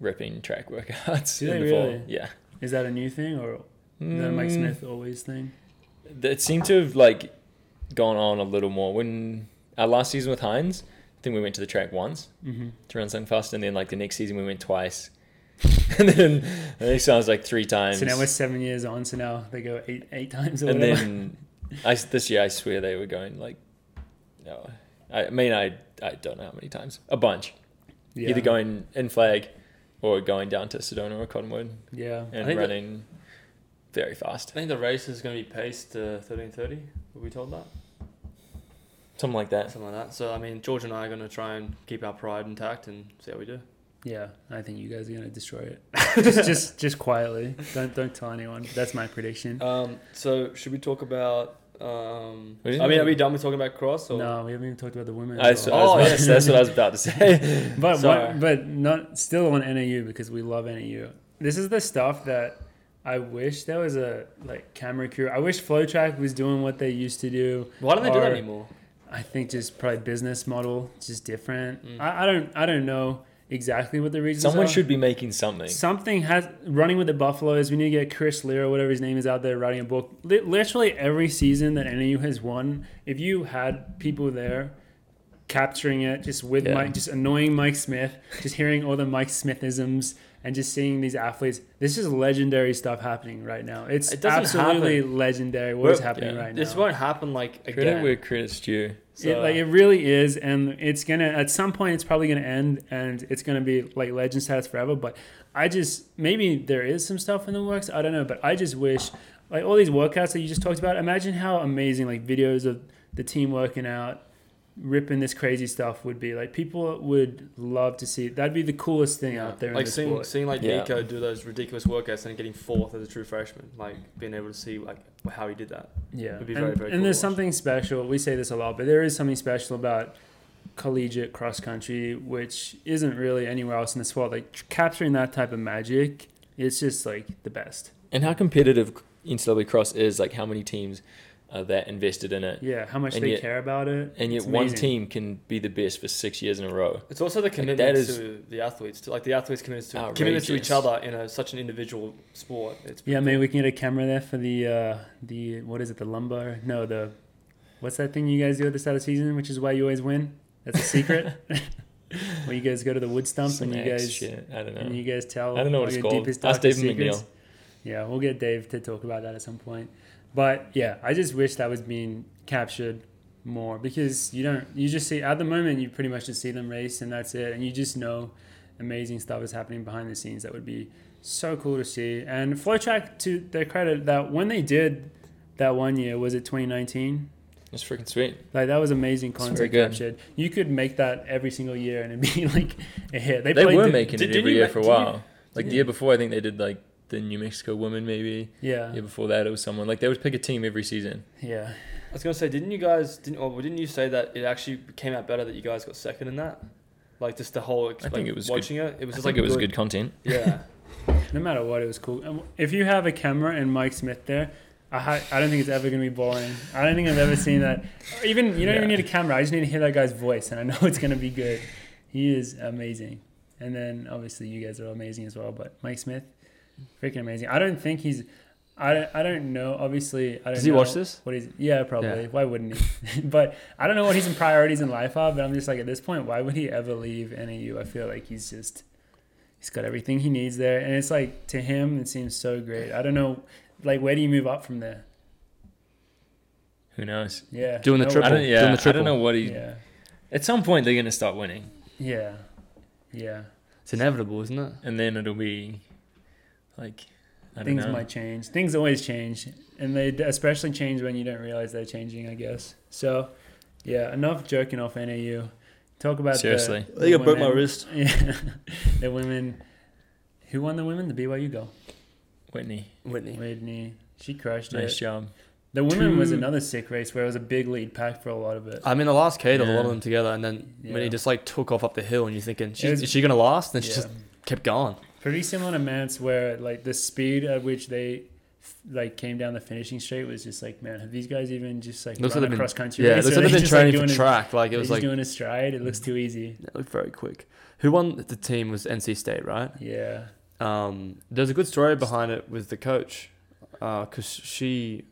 A: ripping track workouts. in
B: Do they
A: the fall.
B: really?
A: Yeah.
B: Is that a new thing or is that a Mike
A: Mm,
B: Smith always thing?
A: That seemed to have like gone on a little more when our last season with Hines. I think we went to the track once
B: Mm-hmm.
A: to run something fast, and then like the next season we went twice, and then the next time I was like three times.
B: So now we're seven years on. So now they go eight eight times. Or
A: and
B: whatever.
A: then I this year I swear they were going like, no, I mean I I don't know how many times a bunch.
B: yeah.
A: either going in flag or going down to Sedona or Cottonwood
B: Yeah.
C: I
A: and
C: think that-
A: running very
C: I
A: fast.
C: think the race is going to be paced to thirteen thirty. Were we told that?
A: Something like that.
C: Something like that. So I mean, George and I are going to try and keep our pride intact and see how we do.
B: Yeah, I think you guys are gonna destroy it. just, just, just quietly. Don't, don't tell anyone. That's my prediction.
C: Um, so should we talk about? Um,
A: We
C: I
A: didn't
C: mean,
A: really-
C: are we done with talking about cross? Or?
B: no, we haven't even talked about the women.
A: I,
B: at
A: that's
B: all.
A: what I was about- that's
C: Oh, yeah.
A: what I was about to say.
B: But
C: Sorry.
B: what, but not still on NAU because we love NAU. This is the stuff that I wish there was a like camera crew. I wish Flowtrack was doing what they used to do.
C: Why don't they do that
B: Or-
C: anymore?
B: I think just probably business model it's just different.
C: Mm.
B: I, I don't I don't know exactly what the reasons.
A: Someone
B: are.
A: should be making something.
B: Something has running with the Buffaloes. We need to get Chris Lear or whatever his name is out there writing a book. Li- literally every season that NAU has won, if you had people there capturing it just with
A: Yeah.
B: Mike, just annoying Mike Smith, just hearing all the Mike Smithisms and just seeing these athletes. This is legendary stuff happening right now. It's
C: It doesn't
B: absolutely legendary what
C: We're-
B: is happening
A: yeah.
B: right now.
C: This won't happen like
A: Credit
C: again.
A: where credit's due.
C: So,
B: it, like it really is, and it's gonna at some point it's probably gonna end, and it's gonna be like legend status forever. But I just maybe there is some stuff in the works. I don't know, but I just wish like all these workouts that you just talked about. Imagine how amazing like videos of the team working out, ripping this crazy stuff would be. Like people would love to see. That'd be the coolest thing out there in
C: like
B: the
C: seeing,
B: sport.
C: seeing like
A: Yeah.
C: Nico do those ridiculous workouts and getting fourth as a true freshman, like being able to see like how he did that.
B: Yeah,
C: It'd be
B: and,
C: very, very
B: and
C: cool to
B: there's
C: watch.
B: something special. We say this a lot, but there is something special about collegiate cross country, which isn't really anywhere else in the sport. Like tr- capturing that type of magic, it's just like the best.
A: And how competitive NCAA cross is, like how many teams are that invested in it,
B: Yeah, how much
A: And
B: they
A: yet-
B: care about it,
A: and yet
B: It's
A: one
B: amazing.
A: team can be the best for six years in a row.
C: It's also the
A: that
C: commitment
A: is
C: to the athletes, to like the athletes' commitments to commitments to each
A: outrageous.
C: other in a, such an individual sport. It's
B: Yeah, maybe we can get a camera there for the uh, the what is it? The lumbar? No, the what's that thing you guys do at the start of the season, which is why you always win. That's a secret. Where you guys go to the wood stump
A: Some
B: and you
A: X
B: guys
A: shit. I don't
B: and
A: know.
B: you guys tell
A: I don't know what
B: all
A: it's
B: your
A: called.
B: deepest,
A: Ask
B: darkest
A: David McNeil.
B: secrets. Yeah, we'll get Dave to talk about that at some point. But yeah, I just wish that was being captured more because you don't you just see at the moment you pretty much just see them race and that's it and you just know amazing stuff is happening behind the scenes that would be so cool to see. And Flowtrack to their credit that when they did that one year was it 2019?
A: It's freaking sweet.
B: Like that was amazing
A: It's very
B: content
A: good.
B: captured. You could make that every single year and it'd be like a hit.
A: They,
B: played
A: were
B: the-
A: making
C: did-
A: it
C: didn't
A: every
C: you
A: year
C: ma-
A: for a
C: didn't you-
A: while. like
B: didn't
A: the year before, I think they did like the New Mexico women, maybe.
B: yeah.
A: year before that, it was someone like they would pick a team every season.
B: Yeah.
C: I was gonna say, didn't you guys didn't or didn't you say that it actually came out better that you guys got second in that? Like just the whole.
A: I
C: like,
A: think it was good.
C: watching it. It
A: I
C: was just
A: think
C: like
A: it was good content.
C: Yeah,
B: No matter what, it was cool. And If you have a camera and Mike Smith there, I, ha- I don't think it's ever going to be boring. I don't think I've ever seen that. Even you don't even
A: Yeah.
B: need a camera. I just need to hear that guy's voice, and I know it's going to be good. He is amazing. And then obviously you guys are amazing as well. But Mike Smith, freaking amazing. I don't think he's. I don't, I don't know. Obviously, I don't.
C: Does he
B: know
C: watch this?
B: What he's yeah probably.
C: Yeah.
B: Why wouldn't he? but I don't know what his priorities in life are. But I'm just like at this point, why would he ever leave NAU? I feel like he's just he's got everything he needs there, and it's like to him it seems so great. I don't know, like where do you move up from there?
A: Who knows?
B: Yeah,
C: Doing the
B: No-
A: I
C: triple.
A: don't.
C: Doing
A: Yeah,
C: the
A: I
C: triple.
A: don't know what he.
B: Yeah,
A: At some point, they're gonna start winning,
B: yeah, yeah.
C: it's inevitable, isn't it?
A: and then it'll be like I don't
B: Things
A: know.
B: might change. Things always change, and they d- especially change when you don't realize they're changing. I guess. So, yeah. Enough joking off NAU. Talk about the-
A: Seriously.
B: the women-
C: wrist.
B: Yeah, the women. Who won the women? The BYU girl.
A: Whitney,
C: Whitney.
B: Whitney. She crushed
A: nice
B: it.
A: job.
B: The women was
C: Two-
B: another sick race where it was a big lead pack for a lot of it.
C: I mean, the last K did a lot
A: Yeah.
C: of them together, and then when
B: Yeah.
C: he just like took off up the hill, and you're thinking, she,
B: It was-
C: is she gonna last? And she
B: Yeah.
C: just kept going.
B: Pretty similar to Mance, where like the speed at which they like came down the finishing straight was just like, man, have these guys even just like
C: Looks
B: run
C: like they've been-
B: across country?
C: Yeah,
B: race?
C: looks
B: Are
C: like they've
B: they
C: been
B: just, like,
C: training
B: doing
C: for
B: a-
C: track. Like it
B: they're
C: was
B: just
C: like
B: doing a stride. It looks too easy.
C: it looked very quick. Who won the team was NC State, right?
B: Yeah,
C: Um, there's a good story behind it with the coach, because she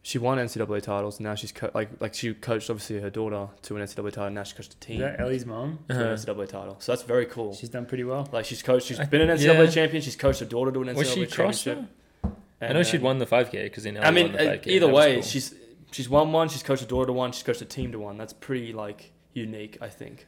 C: she won NCAA titles. And now she's co- like like she coached obviously her daughter to an NCAA title. Now she coached a
B: is
C: team
B: that Ellie's mom?
C: to
A: Uh-huh.
C: an NCAA title. So that's very cool.
B: She's done pretty well.
C: like she's coached, she's
A: I-
C: been an NCAA
A: yeah.
C: champion. She's coached her daughter to an NCAA
A: Was she cross?
C: championship.
A: though? I know
B: uh,
A: she'd
C: won.
A: won the five k because then
C: I mean,
A: won the
C: uh,
A: 5K.
C: either
A: That was
C: way,
A: cool.
C: she's she's won one. She's coached a daughter to one. She's coached a team to one. That's pretty like unique, I think.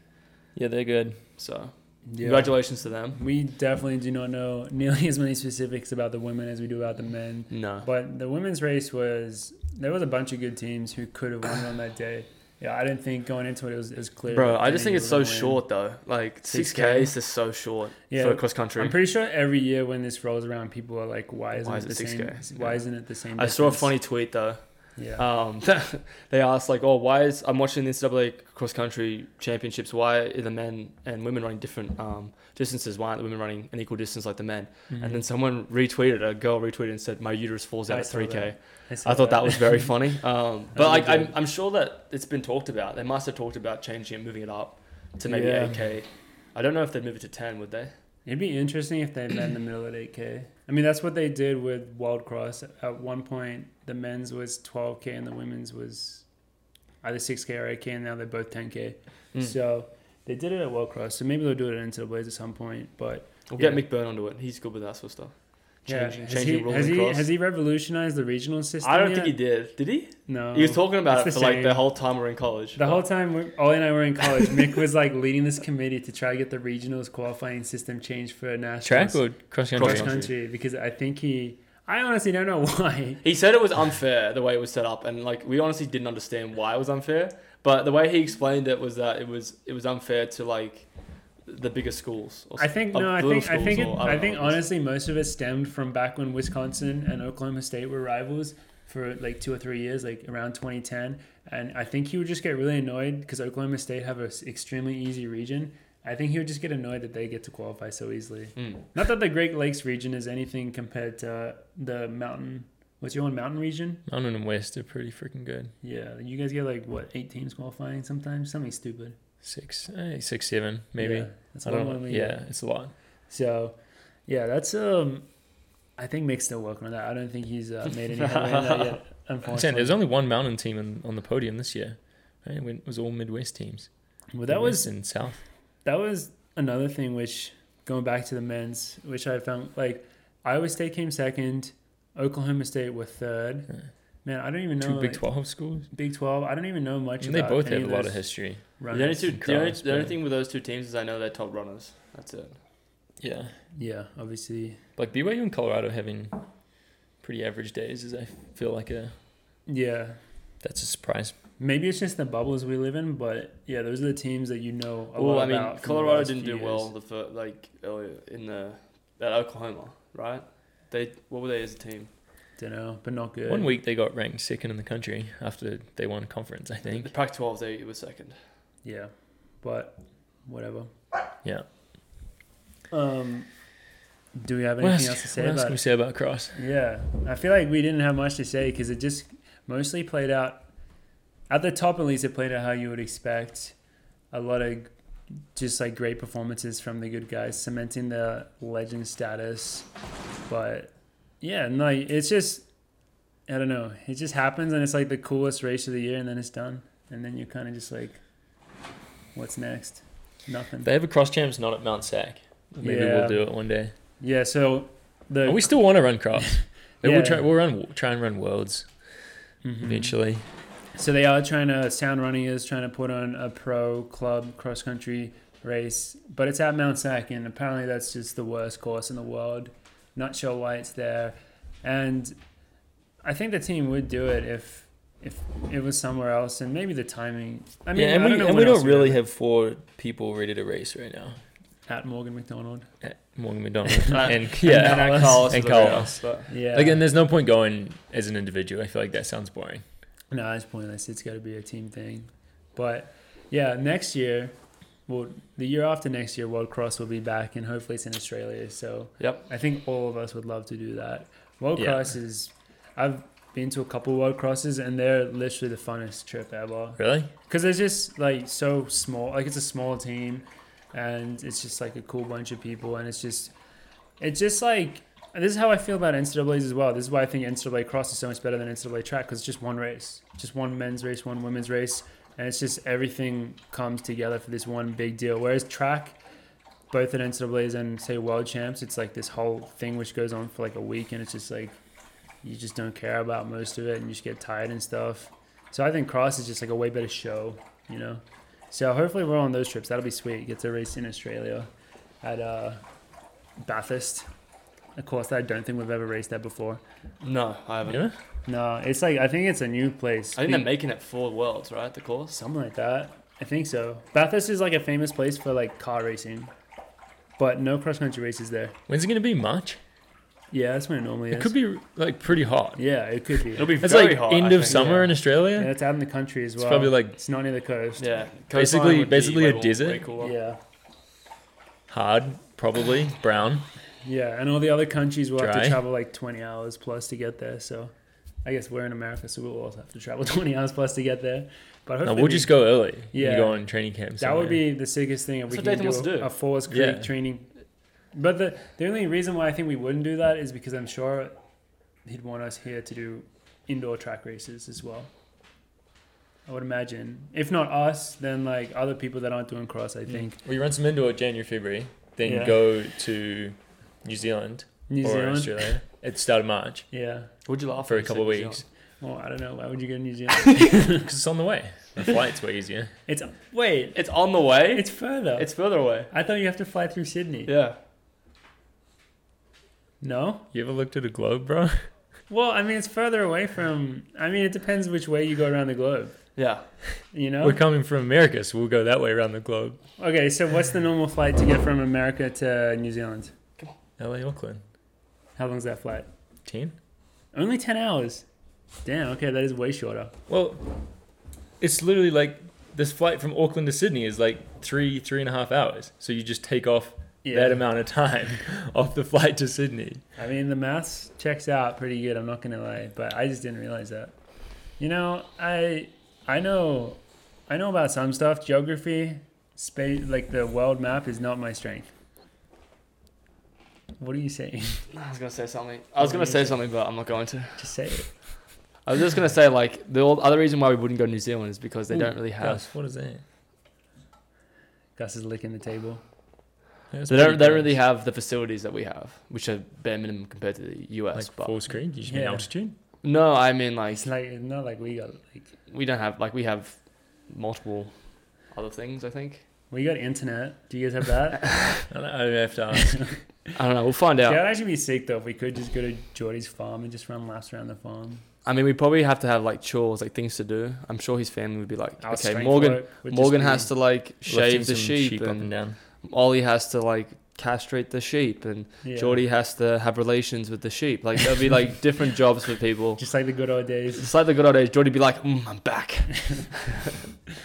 A: yeah, they're good.
C: So
B: Yeah.
C: congratulations to them.
B: We definitely do not know nearly as many specifics about the women as we do about the men.
C: No,
B: But the women's race was there was a bunch of good teams who could have won on that day. Yeah, I didn't think going into it it was as clear.
C: bro,
B: that
C: I
B: Kennedy
C: just think it's so
B: would win.
C: short though. Like
B: 6K?
C: six k is just so short
B: Yeah,
C: for cross country.
B: I'm pretty sure every year when this rolls around, people are like, "Why isn't
C: Why
B: it
C: is
B: the
C: it 6K?
B: same? Why
C: Yeah.
B: isn't it the same?"
C: I saw a
B: distance?
C: funny tweet though.
B: Yeah,
C: Um, they asked like, "Oh, why is I'm watching the NCAA cross country championships? Why are the men and women running different um, distances? Why aren't the women running an equal distance like the men?"
B: Mm-hmm.
C: And then someone retweeted, a girl retweeted and said, "My uterus falls out
B: I
C: at
B: saw
C: three k."
B: that. saw
C: I thought that was very funny. Um, but
B: really
C: like, I'm,
B: good.
C: I'm sure that it's been talked about. They must have talked about changing it, moving it up to maybe
B: Yeah.
C: 8K. I don't know if they'd move it to 10, would they?
B: It'd be interesting if they met in the middle at 8K. I mean, that's what they did with Wild Cross. At one point, the men's was 12K and the women's was either 6K or 8K, and now they're both 10K.
C: Mm.
B: So they did it at World Cross, so maybe they'll do it at NCAAs at some point. But
C: We'll
B: Yeah.
C: get McBurn onto it. He's good with that sort of stuff.
B: yeah,
C: Changing,
B: has,
C: changing
B: he,
C: rules
B: has,
C: and
B: he,
C: cross.
B: has he revolutionized the regional system?
C: I don't
B: yet?
C: think he did. Did he?
B: No.
C: he was talking about it
B: it's
C: for
B: the
C: like the
B: same.
C: whole time we we're in college.
B: The whole time we- Ollie and I were in college, Mick was like leading this committee to try to get the regionals qualifying system changed for nationals.
A: Track or cross country?
B: cross
C: Cross-country.
B: country because I think he. I honestly don't know why.
C: He said it was unfair the way it was set up, and like we honestly didn't understand why it was unfair. But the way he explained it was that it was it was unfair to like the bigger schools. Or
B: I think
C: or
B: no. I
C: little
B: think I
C: schools
B: think it,
C: or-
B: I,
C: don't
B: think
C: know what it is.
B: honestly most of it stemmed from back when Wisconsin and Oklahoma State were rivals for like two or three years, like around 2010. And I think he would just get really annoyed because Oklahoma State have an extremely easy region. I think he would just get annoyed that they get to qualify so easily.
C: Mm.
B: Not that the Great Lakes region is anything compared to the mountain. What's your one mountain region?
A: Mountain and West are pretty freaking good.
B: Yeah, you guys get like what eight teams qualifying sometimes, something stupid.
A: Six, eh, six, seven, maybe.
B: Yeah, that's
A: I
B: one
A: don't
B: one
A: know.
B: we
A: Yeah, it's a lot.
B: So, yeah, that's um. I think Mick's still working on that. I don't think he's uh, made any headway on that yet.
A: I'm saying
B: Unfortunately,
A: there's only one mountain team in, on the podium this year. Right? It was all Midwest teams.
B: well, that
A: Midwest
B: was
A: in South.
B: that was another thing which going back to the men's, which I found like Iowa State came second, Oklahoma State were third.
A: Yeah.
B: Man, I don't even know
A: Two Big
B: like,
A: Twelve schools.
B: Big Twelve. I don't even know much.
A: And they
B: about
A: both
B: any
A: have a lot of
B: those
A: history.
C: The only
B: runners.
C: two, the only,
A: Cross,
C: the only
A: but-
C: thing with those two teams is I know they're top runners. That's it.
A: Yeah,
B: Yeah, obviously.
A: like BYU and Colorado having pretty average days is I feel like a
B: Yeah,
A: that's a surprise.
B: maybe it's just the bubbles we live in, but yeah, those are the teams that you know. A
C: well,
B: lot
C: I mean,
B: about from the
C: Colorado
B: last
C: didn't
B: few
C: do
B: years.
C: well the fir- like earlier in the at Oklahoma, right? They what were they as a team?
B: Don't know, but not good.
A: One week they got ranked second in the country after they won conference. I
C: The
A: think.
C: Pac-12 they were second.
B: Yeah, but whatever.
A: Yeah.
B: Um, do we have
A: What
B: anything
A: else,
B: else to say
A: what else
B: about
A: can we say about cross?
B: it? Yeah, I feel like we didn't have much to say because it just mostly played out at the top. At least it played out how you would expect. A lot of just like great performances from the good guys, cementing the legend status. But yeah, no, it's just I don't know. It just happens, and it's like the coolest race of the year, and then it's done, and then you're kind of just like, what's next? Nothing.
A: They have a cross champs not at Mount Sac. Maybe
B: Yeah.
A: we'll do it one day.
B: Yeah, so the
A: And we still want to run cross. Like,
B: Yeah.
A: We'll try. We'll run. Try and run worlds
B: Mhm.
A: eventually.
B: So they are trying to sound running is trying to put on a pro club cross country race, but it's at Mount Sac, and apparently that's just the worst course in the world. Not sure why it's there, and I think the team would do it if if it was somewhere else, and maybe the timing. I mean,
A: yeah, and
B: I
A: we
B: don't know
A: and
B: what
A: we
B: else
A: don't
B: would
A: really
B: happen.
A: have four people ready to race right now.
B: at Morgan McDonald.
A: At Morgan McDonald
C: Right.
A: and yeah,
C: and,
B: Dallas.
C: Carlos
A: And
C: is over there,
A: Carlos.
C: but-
B: Yeah,
A: Again, there's no point going as an individual. I feel like that sounds boring.
B: No, it's pointless. It's got to be a team thing. But yeah, next year, well, the year after next year, World Cross will be back, and hopefully it's in Australia. So
C: Yep.
B: I think all of us would love to do that. World
A: Yeah.
B: Cross is. I've been to a couple World Crosses, and they're literally the funnest trip ever
A: Really?
B: because it's just like so small like it's a small team and it's just like a cool bunch of people and it's just it's just like this is how I feel about NCAA's as well. This is why I think NCAA cross is so much better than NCAA track because it's just one race, just one men's race, one women's race, and it's just everything comes together for this one big deal. Whereas track, both at NCAA's and say world champs, it's like this whole thing which goes on for like a week, and it's just like you just don't care about most of it, and you just get tired and stuff. So I think cross is just like a way better show, you know. So hopefully we're on those trips. That'll be sweet. Get to race in Australia at uh, Bathurst, a course that I don't think we've ever raced at before.
C: No, I haven't.
A: Yeah.
B: No, it's like I think it's a new place.
C: I think they're making it four worlds, right? The course.
B: something like that. I think so. Bathurst is like a famous place for like car racing, but no cross country races there.
A: When's it gonna be? March.
B: Yeah, that's when it normally is.
A: It could be like pretty hot.
B: Yeah, it could be.
C: It'll be
A: It's
C: very
A: like
C: hot. I
A: end of
C: think.
A: summer
B: yeah.
A: in Australia.
B: And it's out in the country as
A: It's
B: well.
A: probably like
B: it's not near the coast.
C: Yeah.
A: Basically-
C: Coastline would be
A: basically a
C: way- way
A: desert.
C: cooler.
B: yeah.
A: hard, probably brown.
B: Yeah, and all the other countries will have
A: Dry.
B: to travel like 20 hours plus to get there. So I guess we're in America, so we'll also have to travel 20 hours plus to get there. But
A: No,
B: hopefully
A: we'll
B: we-
A: just go early. Yeah,
B: Yeah.
A: you go on training camp.
B: that would
A: somewhere.
B: be the sickest thing if we
C: That's
B: can
C: what Dathan
B: do,
C: wants to do.
B: a Falls Creek
A: Yeah.
B: training. But the the only reason why I think we wouldn't do that is because I'm sure he'd want us here to do indoor track races as well. I would imagine. If not us, then like other people that aren't doing cross, I
C: Mm.
B: think.
A: Well, you run some indoor January, February, then
B: Yeah.
A: go to New Zealand
B: New
A: or
B: Zealand.
A: Australia at the start of March
B: Yeah.
C: Would you laugh
A: for a
C: when you
A: couple of
C: said New
A: weeks.
B: Well, I don't know. Why would you go to New Zealand?
A: Because it's on the way. The flights were easier.
B: it's wait.
C: Zealand? It's on the way. It's,
B: It's further.
C: further away.
B: I thought you have to fly through Sydney.
C: Yeah.
B: No.
A: You ever looked at a globe, bro?
B: Well, I mean, it's further away from. I mean, it depends which way you go around the globe.
C: Yeah.
B: You
A: We're
B: know.
A: coming from America, so we'll go that way around the globe.
B: Okay, so what's the normal flight to get from America to New Zealand?
A: LA, Auckland.
B: How long's that flight?
A: 10?
B: Only ten hours. Damn. Okay, that is way shorter.
A: Well, it's literally like this flight from Auckland to Sydney is like three, three and a half hours. So you just take off that amount of time off the flight to Sydney.
B: I mean, the maths checks out pretty good. I'm not gonna lie, but I just didn't realize that. You know, I I know I know about some stuff. Geography, space, like the world map, is not my strength. What are you saying?
C: I was gonna say something. I was
A: Mm.
B: What
C: gonna
B: were you
C: say
B: saying?
C: something, but I'm not going to.
B: Just say it.
C: I was just gonna say like the old, other reason why we wouldn't go to New Zealand is because they
B: Ooh,
C: don't really have.
A: Gus, what is that?
B: Gus is licking the table.
A: That's
C: They don't,
A: pretty
C: they don't
A: gross.
C: really have the facilities that we have, which are bare minimum compared to the US.
A: Like
C: but
A: Falls Creek, you should mean
B: Yeah.
A: altitude.
C: no, I mean like
B: It's like it's not like we got like
C: we don't have like we have multiple other things. I think
B: we got internet. Do you guys have that?
A: I don't I have to ask.
C: I don't know. We'll find out.
B: That would actually be sick though if we could just go to Geordie's farm and just run laps around the farm.
C: I mean, we probably have to have like chores, like things to do. I'm sure his family would be like,
B: Our
C: okay,
B: strength
C: Morgan,
B: work would just
C: Morgan
B: be-
C: has to like
A: Lifting
C: shave the
A: some
C: sheep,
A: up and
C: and
A: down.
C: Ollie has to like castrate the sheep, and
B: yeah.
C: Geordie has to have relations with the sheep. Like there'll be like different jobs for people.
B: just like the good old days.
C: It's like the good old days. Geordie'd be like, mm, I'm back.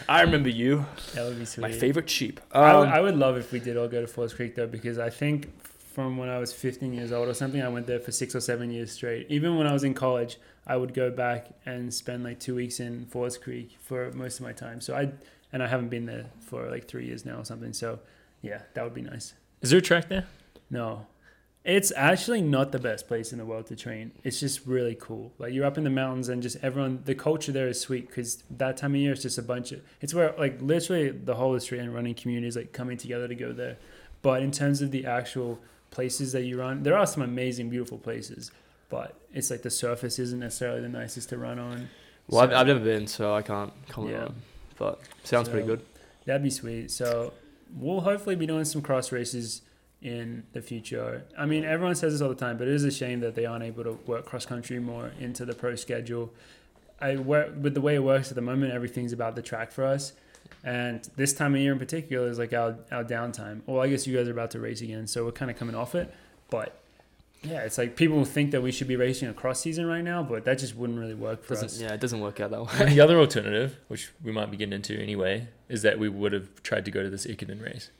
C: I remember you,
B: That would be sweet.
C: my favorite sheep.
B: I would-
C: Um,
B: I would love if we did all go to Falls Creek though, because I think from when I was 15 years old or something, I went there for six or seven years straight. Even when I was in college, I would go back and spend like two weeks in Falls Creek for most of my time. So I and I haven't been there for like three years now or something. So yeah, that would be nice.
A: Is there a track there?
B: No. It's actually not the best place in the world to train. It's just really cool. Like you're up in the mountains and just everyone, the culture there is sweet because that time of year it's just a bunch of. It's where like literally the whole Australian running community is like coming together to go there. But in terms of the actual places that you run, there are some amazing, beautiful places. But it's like the surface isn't necessarily the nicest to run on.
C: well, I've,
B: So-
C: I've never been, so I can't comment
B: Yeah.
C: on. it. But sounds pretty
B: So-
C: good.
B: That'd be sweet. So we'll hopefully be doing some cross races in the future. I mean, everyone says this all the time, but it is a shame that they aren't able to work cross country more into the pro schedule. I work with the way it works at the moment. Everything's about the track for us, and this time of year in particular is like our our downtime. Well, I guess you guys are about to race again, so we're kind of coming off it, but. Yeah, it's like people think that we should be racing a cross season right now, but that just wouldn't really work for
C: Doesn't
B: us.
C: yeah, it doesn't work out that way.
A: And the other alternative, which we might be getting into anyway, is that we would have tried to go to this Ikemen race,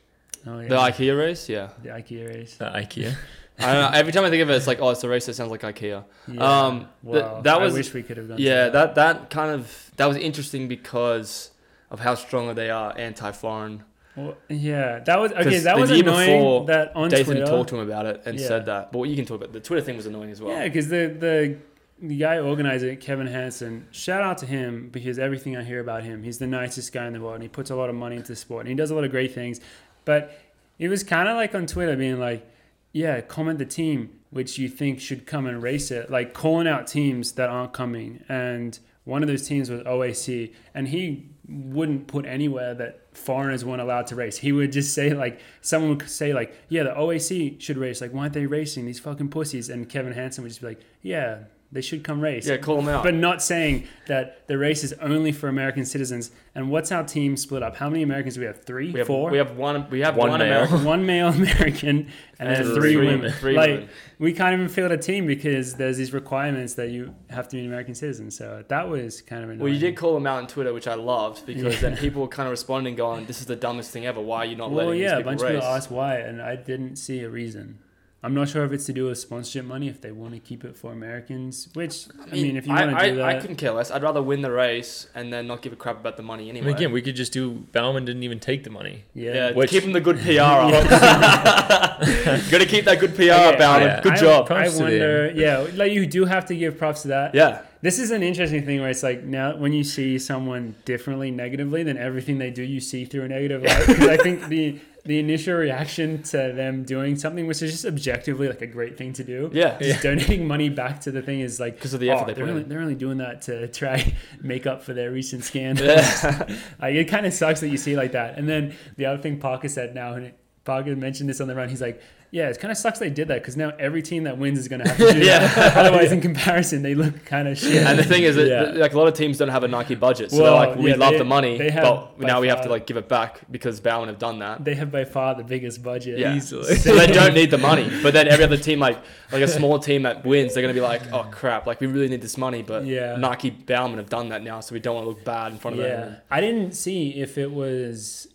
B: Oh, yeah.
C: The IKEA race, yeah.
B: the IKEA race.
A: uh, IKEA.
C: I don't know. Every time I think of it, it's like, oh, it's a race that sounds like IKEA. Um, th-
B: wow.
C: that was-
B: I wish we could have gone. to
C: Yeah, that that kind of that was interesting because of how strong they are anti-foreign.
B: Well, yeah, that was okay.
C: 'Cause
B: That
C: the
B: was
C: year
B: annoying.
C: before,
B: that on
C: Dathan
B: Twitter,
C: talked to him about it and
B: Yeah.
C: said that. But you can talk about the Twitter thing was annoying as well.
B: yeah, because the the the guy organizing it, Kevin Hansen, shout out to him because everything I hear about him, he's the nicest guy in the world, and he puts a lot of money into the sport, and he does a lot of great things. But it was kind of like on Twitter being like, yeah, comment the team which you think should come and race it, like calling out teams that aren't coming. And one of those teams was OAC, and he wouldn't put anywhere that foreigners weren't allowed to race. He would just say like someone would say like, yeah, the OAC should race. Like, why aren't they racing these fucking pussies? And Kevin Hansen would just be like, yeah, they should come race
C: yeah, call them out.
B: but not saying that the race is only for American citizens. And what's our team split up? How many Americans do we have? Three,
C: we have
B: four.
C: we have one we have
A: One
C: one,
A: male.
C: American
B: one male American and, then three, women.
C: Three
B: like
C: women.
B: we can't even field a team because there's these requirements that you have to be an American citizen. So that was kind of annoying.
C: Well, you did call them out on Twitter, which I loved because then people were kind of responding, going, "This is the dumbest thing ever. Why are you not
B: Well,
C: letting
B: yeah,
C: these
B: a
C: people
B: bunch
C: race?"
B: of people asked why, and I didn't see a reason. I'm not sure if it's to do with sponsorship money if they want to keep it for Americans, which I mean, if you
C: I-
B: want to
C: I,
B: do
C: I
B: that,
C: couldn't care less. I'd rather win the race and then not give a crap about the money
A: I
C: anyway.
A: mean, again, we could just do. Bauman didn't even take the money.
B: yeah.
C: yeah,
A: Which-
C: keep him the good PR. up. Gotta keep that good PR,
B: Okay,
C: Bowden.
A: yeah.
C: Good
B: Oh, I-
C: job.
A: Props
B: I
A: to them.
B: wonder. Yeah, like you do have to give props to that.
C: yeah.
B: This is an interesting thing where it's like now when you see someone differently negatively, then everything they do you see through a negative light. 'Cause I think the the initial reaction to them doing something, which is just objectively like a great thing to do,
C: Yeah.
B: just donating money back to the thing is like oh,
C: Because of the effort they
B: they're
C: put
B: only,
C: in.
B: they're only doing that to try make up for their recent scandal.
C: Yeah.
B: Like, it kind of sucks that you see like that. And then the other thing Parker said now, and Parker mentioned this on the run, he's like, yeah, it kind of sucks they did that because now every team that wins is going to have to do
C: Yeah.
B: that. Otherwise, in comparison, they look kind of shit.
C: And the thing is, that
A: Yeah.
C: that, like a lot of teams don't have a Nike budget, so
B: Well,
C: they're like, we
B: yeah,
C: love
B: they-
C: the money,
B: they have
C: but
B: by
C: now we have to
B: far-
C: like give it back because Bowen have done that.
B: they have by far the biggest budget.
C: Yeah.
A: Easily.
C: so they don't need the money. But then every other team, like like a smaller team that wins, they're gonna be like, oh crap, like we really need this money, but
B: Yeah.
C: Nike Bauman have done that now, so we don't want to look bad in front of
B: Yeah.
C: them.
B: I didn't see if it was,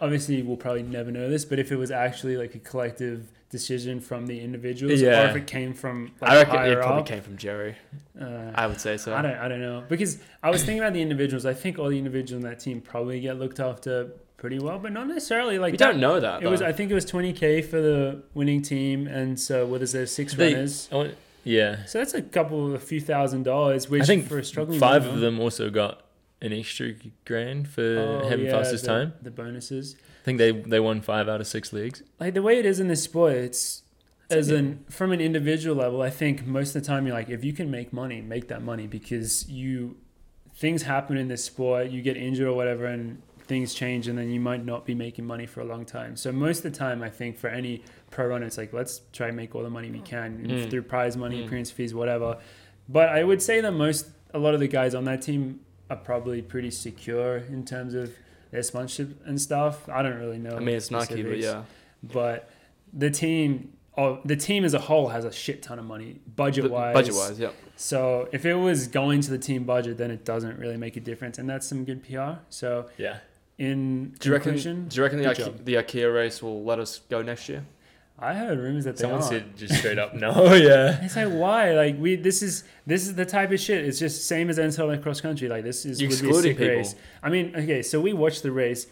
B: obviously, we'll probably never know this, but if it was actually like a collective decision from the individuals or
A: Yeah.
B: if it came from like,
C: I reckon
B: higher
C: it probably
B: up.
C: came from Jerry.
B: Uh,
C: I would say so.
B: I don't, I don't know because I was thinking about the individuals. I think all the individuals on that team probably get looked after pretty well, but not necessarily like
C: we
B: that-
C: don't know that.
B: It was
C: though.
B: I think it was 20k for the winning team, and so what is there six
A: They-
B: runners?
A: I want- yeah,
B: So that's a couple, a few thousand dollars, which
A: I think
B: for a struggling
A: five
B: runner-
A: of them also got an extra grand for
B: Oh,
A: having
B: yeah,
A: fastest
B: the-
A: time.
B: the bonuses.
A: I think they they won five out of six leagues.
B: Like the way it is in this sport, it's as
A: it.
B: an from an individual level. I think most of the time you're like, if you can make money, make that money because you things happen in this sport. You get injured or whatever, and things change, and then you might not be making money for a long time. So most of the time, I think for any pro runner, it's like let's try and make all the money we can
C: Mm.
B: through prize money,
C: Mm.
B: appearance fees, whatever. But I would say that most a lot of the guys on that team are probably pretty secure in terms of their sponsorship and stuff. I don't really know.
C: I mean, it's Nike, but
B: specifics
C: yeah,
B: but the team oh, the team as a whole has a shit ton of money budget wise
C: budget wise, yeah.
B: so if it was going to the team budget then it doesn't really make a difference and that's some good pr so
A: Yeah,
B: in
C: Do you reckon?
B: conclusion
C: do you reckon the,
B: good
C: Ike-
B: job.
C: the IKEA race will let us go next year?
B: i heard rumors that they
A: someone
B: aren't.
A: said just straight up no. Yeah,
B: it's like why like we this is this is the type of shit it's just same as NCL and cross country like this is
C: You're
B: would be a
C: excluding
B: sick
C: people.
B: race i mean okay so we watched the race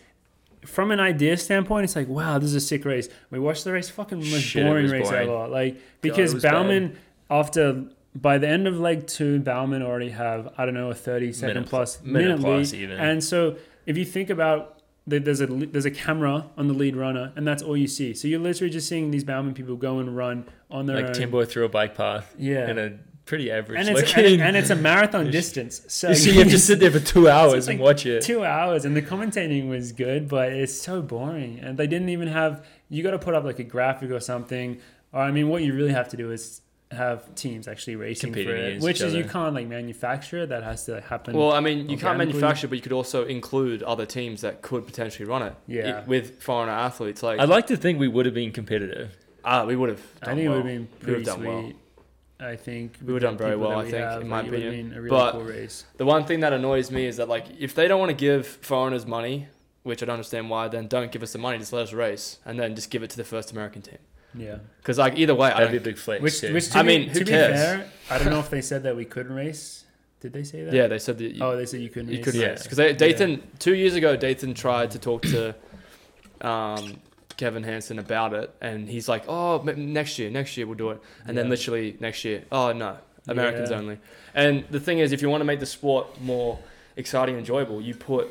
B: from an idea standpoint it's like wow this is a sick race we watched the race fucking most
A: Shit, it
B: boring
A: was
B: race
A: boring.
B: ever like
A: it
B: because
A: was
B: bauman after by the end of leg two bauman already have i don't know a 30 second
A: Minute-
B: plus
A: minute
B: lead.
A: plus even.
B: and so if you think about that there's a there's a camera on the lead runner and that's all you see so you're literally just seeing these bauman people go and run on their
A: like
B: own
A: Timbo through a bike path
B: yeah
A: and a pretty average
B: and it's,
A: looking.
B: and, and it's a marathon
A: You
B: distance. So
A: you see him just sit there for two hours
B: like
A: and watch it.
B: two hours, and the commentating was good, but it's so boring. And they didn't even have. You got to put up like a graphic or something. Or I mean, what you really have to do is have teams actually racing
A: Competing
B: for it,
A: against
B: which
A: each
B: is you
A: other.
B: can't like manufacture. it. That has to happen.
C: Well, I mean, you can't
B: organically.
C: manufacture, but you could also include other teams that could potentially run it.
B: Yeah.
C: i- With foreigner athletes, like
A: I'd like to think we would have been competitive.
C: ah, we would have.
B: I think it would have been
C: We would've
B: pretty
C: done
B: sweet.
C: well.
B: I think
C: We would've
B: with
C: done
B: the
C: very
B: people
C: well,
B: that
C: I
B: we
C: think, in my
B: like, it would've
C: opinion.
B: been a really
C: But-
B: cool race.
C: The one thing that annoys me is that like if they don't want to give foreigners money, which I don't understand why, then don't give us the money. Just let us race, and then just give it to the first American team.
B: Yeah.
C: Because like either way, I
A: That'd be a
C: don't,
A: big flex.
B: Which,
A: too.
B: which to
C: I
B: be-
C: mean, who
B: to be
C: cares?
B: fair, I don't know if they said that we couldn't race. Did they say that?
C: yeah, they said that you,
B: Oh, they said you couldn't.
C: you
B: race.
C: couldn't
A: Yeah.
C: race. because Dathan two years ago, Dathan tried to talk to um, Kevin Hansen about it, and he's like, "Oh, m- next year, next year we'll do it," and then
B: Yeah.
C: literally next year, "Oh no, Americans
B: Yeah.
C: only." And the thing is, if you want to make the sport more exciting and enjoyable, you put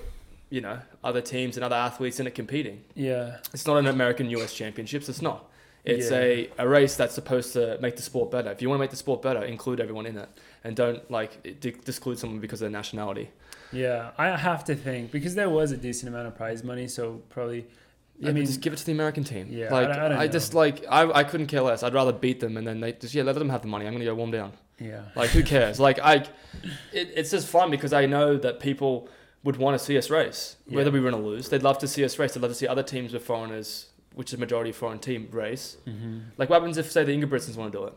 C: you know other teams and other athletes in it competing.
B: Yeah.
C: It's not an American U.S. Championships. It's not. It's
B: Yeah.
C: a, a race that's supposed to make the sport better. If you want to make the sport better, include everyone in it, and don't like d- exclude someone because of their nationality.
B: Yeah, I have to think because there was a decent amount of prize money, so probably.
C: Yeah,
B: I mean,
C: but just give it to the American team.
B: Yeah, I
C: like
B: don't-
C: I,
B: I don't know.
C: just like I, I couldn't care less. I'd rather beat them and then they just yeah let them have the money. I'm gonna go warm down.
B: yeah,
C: Like who cares? like I, it, it's just fun because I know that people would want to see us race, whether
B: Yeah.
C: we win or lose. They'd love to see us race. They'd love to see other teams with foreigners, which is majority foreign team race.
B: hmm
C: Like what happens if say the Ingebrigtsens want to do it,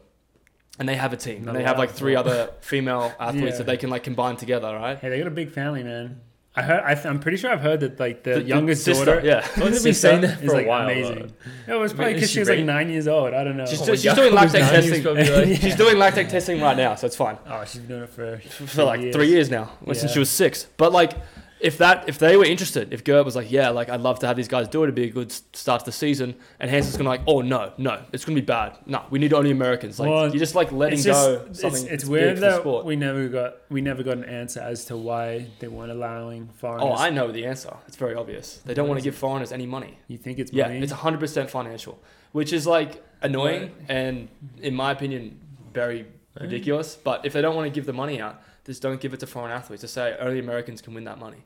C: and they have a team
B: Not
C: and they have like
B: allowed.
C: three other female athletes
B: Yeah.
C: that they can like combine together, right?
B: hey, they got a big family, man. I heard. I th- I'm pretty sure I've heard that like the,
C: The- the
B: youngest
C: sister,
B: daughter.
C: yeah.
A: Well, they've been
B: sister
A: saying that for
B: is,
A: a
B: like,
A: while,
B: Amazing. it
A: I
B: was
A: mean,
B: probably
A: is
B: because
A: she
B: she was like
A: raped?
B: nine years old. I don't know.
C: She's,
A: Oh,
C: do-
A: well,
C: she's
A: yeah.
C: doing
A: Who's
C: lactate
A: nine? She's
C: testing.
A: probably like-
B: Yeah.
C: She's doing lactate testing right now, so it's fine.
B: oh, she's been doing it for
C: for like three years now since
B: Yeah.
C: she was six. But like, if that if they were interested, if Gert was like, yeah, like I'd love to have these guys do it, it'd be a good s- start to the season. And Hansen's gonna like, oh no, no, it's gonna be bad. No, we need only Americans. Like
B: Well,
C: you're just like letting
B: It's,
C: go.
B: just,
C: something
B: it's, it's
C: that's big
B: weird
C: for the
B: that
C: sport.
B: we never got we never got an answer as to why they weren't allowing foreigners.
C: Oh, I know the answer. It's very obvious. They don't want to give foreigners any money.
B: you think it's
C: Yeah,
B: money?
C: it's 100% financial, which is like annoying and, in my opinion, very ridiculous. But if they don't want to give the money out, just don't give it to foreign athletes. Just say only Americans can win that money.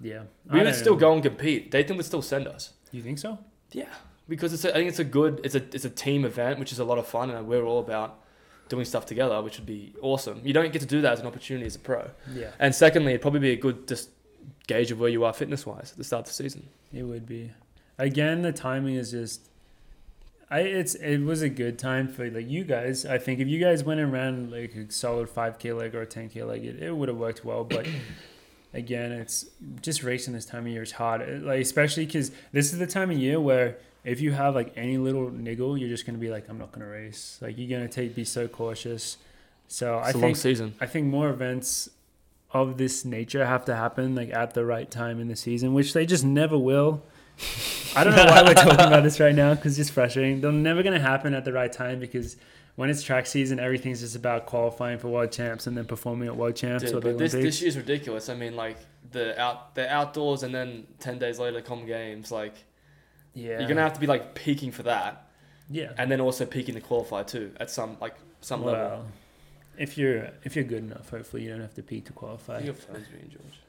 B: yeah.
C: We
B: I
C: would
B: don't
C: still
B: know.
C: go and compete. Dayton would still send us.
B: You think so?
C: Yeah, because it's a, I think it's a good it's a it's a team event, which is a lot of fun, and we're all about doing stuff together, which would be awesome. You don't get to do that as an opportunity as a pro.
B: Yeah,
C: And secondly, it'd probably be a good just gauge of where you are fitness wise at the start of the season.
B: it would be. Again, the timing is just. I it's it was a good time for like you guys. I think if you guys went and ran like a solid five k leg or a ten k leg, it, it would have worked well. But again, it's just racing this time of year is hard. It- Like especially because this is the time of year where if you have like any little niggle, you're just gonna be like, I'm not gonna race. Like you're gonna take be so cautious. So
C: It's
B: I
C: a
B: think
C: long season.
B: I think more events of this nature have to happen like at the right time in the season, which they just never will. I don't know why we're talking about this right now because it's frustrating. They're never going to happen at the right time because when it's track season, everything's just about qualifying for world champs and then performing at world champs
C: Dude,
B: or the
C: but this
B: Olympics.
C: this year's ridiculous. I mean, like the out the outdoors, and then ten days later, come games. Like
B: yeah,
C: you're gonna have to be like peaking for that,
B: yeah.
C: and then also peaking to qualify too at some like some level.
B: Well, if you're if you're good enough, hopefully you don't have to peak to qualify.
C: I think your phone's ringing, George.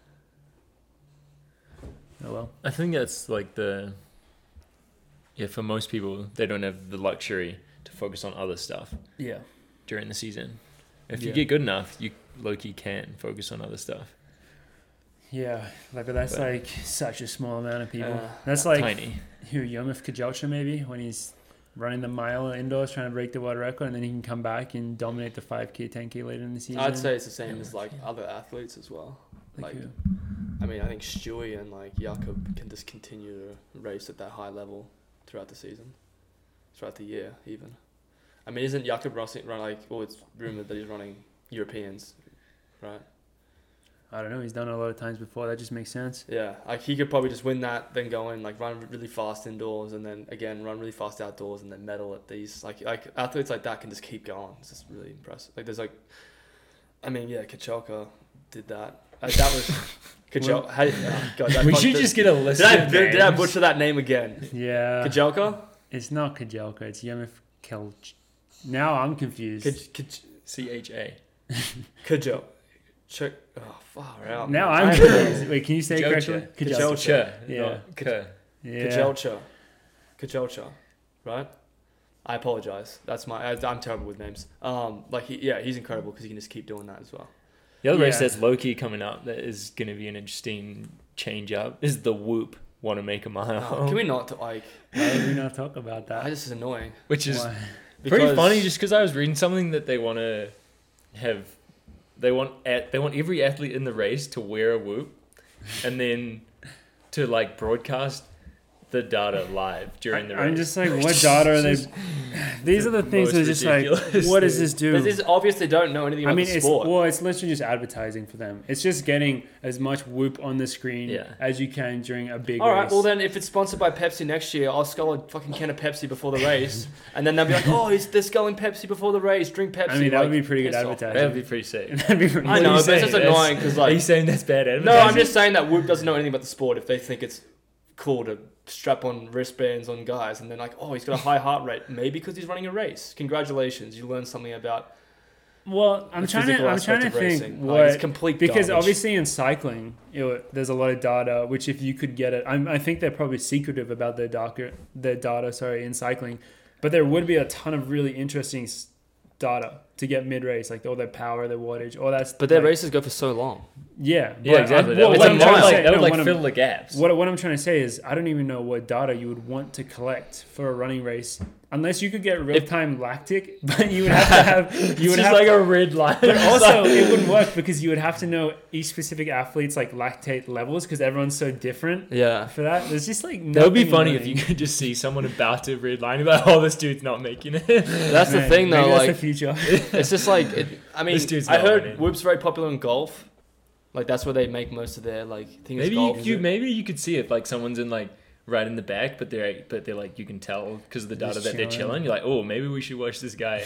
B: Oh well,
A: I think that's like the yeah for most people they don't have the luxury to focus on other stuff
B: yeah.
A: during the season. If you
B: Yeah.
A: get good enough, you Loki can focus on other stuff.
B: Yeah, like, but that's
A: But-
B: like such a small amount of people.
C: Uh,
B: that's like
A: Tiny.
B: who Yomif Kajelcha maybe when he's running the mile indoors trying to break the world record, and then he can come back and dominate the five k, ten k later in the season.
C: I'd say it's the same as like other athletes as well. like-
B: who?
C: I mean, I think Stewie and like Jakob can just continue to race at that high level throughout the season, throughout the year even. I mean, isn't Jakob Rossi run like? Well, it's rumored that he's running Europeans, right?
B: I don't know. He's done it a lot of times before. That just makes sense.
C: Yeah, like he could probably just win that, then go in like run really fast indoors, and then again run really fast outdoors, and then medal at these. Like like athletes like that can just keep going. It's just really impressive. Like there's like, I mean yeah, Kachalka did that. Like, that was Kachalka. how oh, God, that
A: we
C: fucked
A: should
C: it.
A: just get a list.
C: Did I,
A: of
C: did I
A: names.
C: butcher that name again?
B: Yeah,
C: Kajelka?
B: it's not Kajelka. It's Yomif Kelch. Now I'm confused.
C: Kaj- Kaj-
A: C H A.
C: Kajel. Ch- oh, far out.
B: now
C: man.
B: I'm confused. Wait, can you say it correctly?
A: Kajelcha. Kajelcha.
B: Kajelcha. Yeah.
A: not K.
B: Yeah.
C: Kajelcha. Kajelcha. Right? I apologize. That's my. I, I'm terrible with names. Um, like he, yeah, he's incredible because he can just keep doing that as well.
A: The other race
B: Yeah.
A: that's Loki coming up that is going to be an interesting change up is the Whoop Want to Make a
B: Uh,
A: Mile,
C: Oh, can we not like?
B: Why did we not talk about that?
C: I just is annoying.
A: which is
B: Why?
A: pretty
C: Because-
A: funny just because I was reading something that they want to have. They want at they want every athlete in the race to wear a whoop, and then to like broadcast the data live during the
B: I,
A: race.
B: am just like, what data are they? These are the things
A: most
B: that are just like,
A: ridiculous
B: what does
A: thing.
B: this do?
C: This is obvious. They don't know anything
B: I
C: about
B: mean,
C: the
B: it's
C: sport.
B: well, it's literally just advertising for them. It's just getting as much whoop on the screen
A: Yeah.
B: as you can during a big.
C: All right.
B: race.
C: Well, then, if it's sponsored by Pepsi next year, I'll scull a fucking can of Pepsi before the race, and then they'll be like, "Oh, he's, they're sculling Pepsi before the race. Drink Pepsi."
B: I mean, that would
C: Like,
B: be pretty good
C: piss off.
A: That'd be
B: advertising.
A: pretty sick.
B: That'd be pretty
C: I
A: What
C: know,
A: are you
C: but it's
A: saying?
C: just annoying because
A: Are you
C: like,
A: saying that's bad advertising?
C: no, I'm just saying that Whoop doesn't know anything about the sport if they think it's cool to strap on wristbands on guys, and then like, "Oh, he's got a high heart rate, maybe because he's running a race. Congratulations, you learned something about."
B: Well, I'm
C: the
B: trying to.
C: physical
B: I'm
C: aspect
B: trying to
C: of
B: think
C: racing. Like,
B: what
C: it's complete
B: because
C: garbage.
B: obviously in cycling, it, wa- there's a lot of data. Which if you could get it, I'm, I think they're probably secretive about their data. Their data, sorry, in cycling, but there would be a ton of really interesting s- data to get mid race, like all their power, their wattage, all that's.
C: But their
B: like,
C: races go for so long.
B: Yeah.
A: Yeah,
B: but
A: exactly.
B: I,
A: That
B: what,
A: would
B: what
A: like,
B: I'm
A: that
B: trying
A: would
B: to
A: like, that
B: say, no,
A: would like
B: what I'm-
A: fill the gaps.
B: What, what I'm trying to say is, I don't even know what data you would want to collect for a running race, unless you could get real time lactic. But you would have to have you
A: It's
B: would
A: just
B: have
A: like a red line.
B: But also, it wouldn't work because you would have to know each specific athlete's like lactate levels because everyone's so different.
C: Yeah.
B: For that, there's just like
A: That would be
B: nothing
A: funny if
B: running.
A: you could just see someone about to red line, you're like, oh, this dude's not making it.
C: That's the
B: Man,
C: thing though.
B: maybe
C: Like
B: that's the future.
C: it's just like it, I mean,
A: This dude's
C: I
A: not
C: heard
A: winning.
C: whoop's very popular in golf. Like that's where they make most of their like thing.
A: maybe
C: is golf.
A: you, you maybe you could see if like someone's in like right in the back, but they're but they're like you can tell because of the data
B: Just
A: that they're chilling.
B: chilling.
A: You're like, oh, maybe we should watch this guy.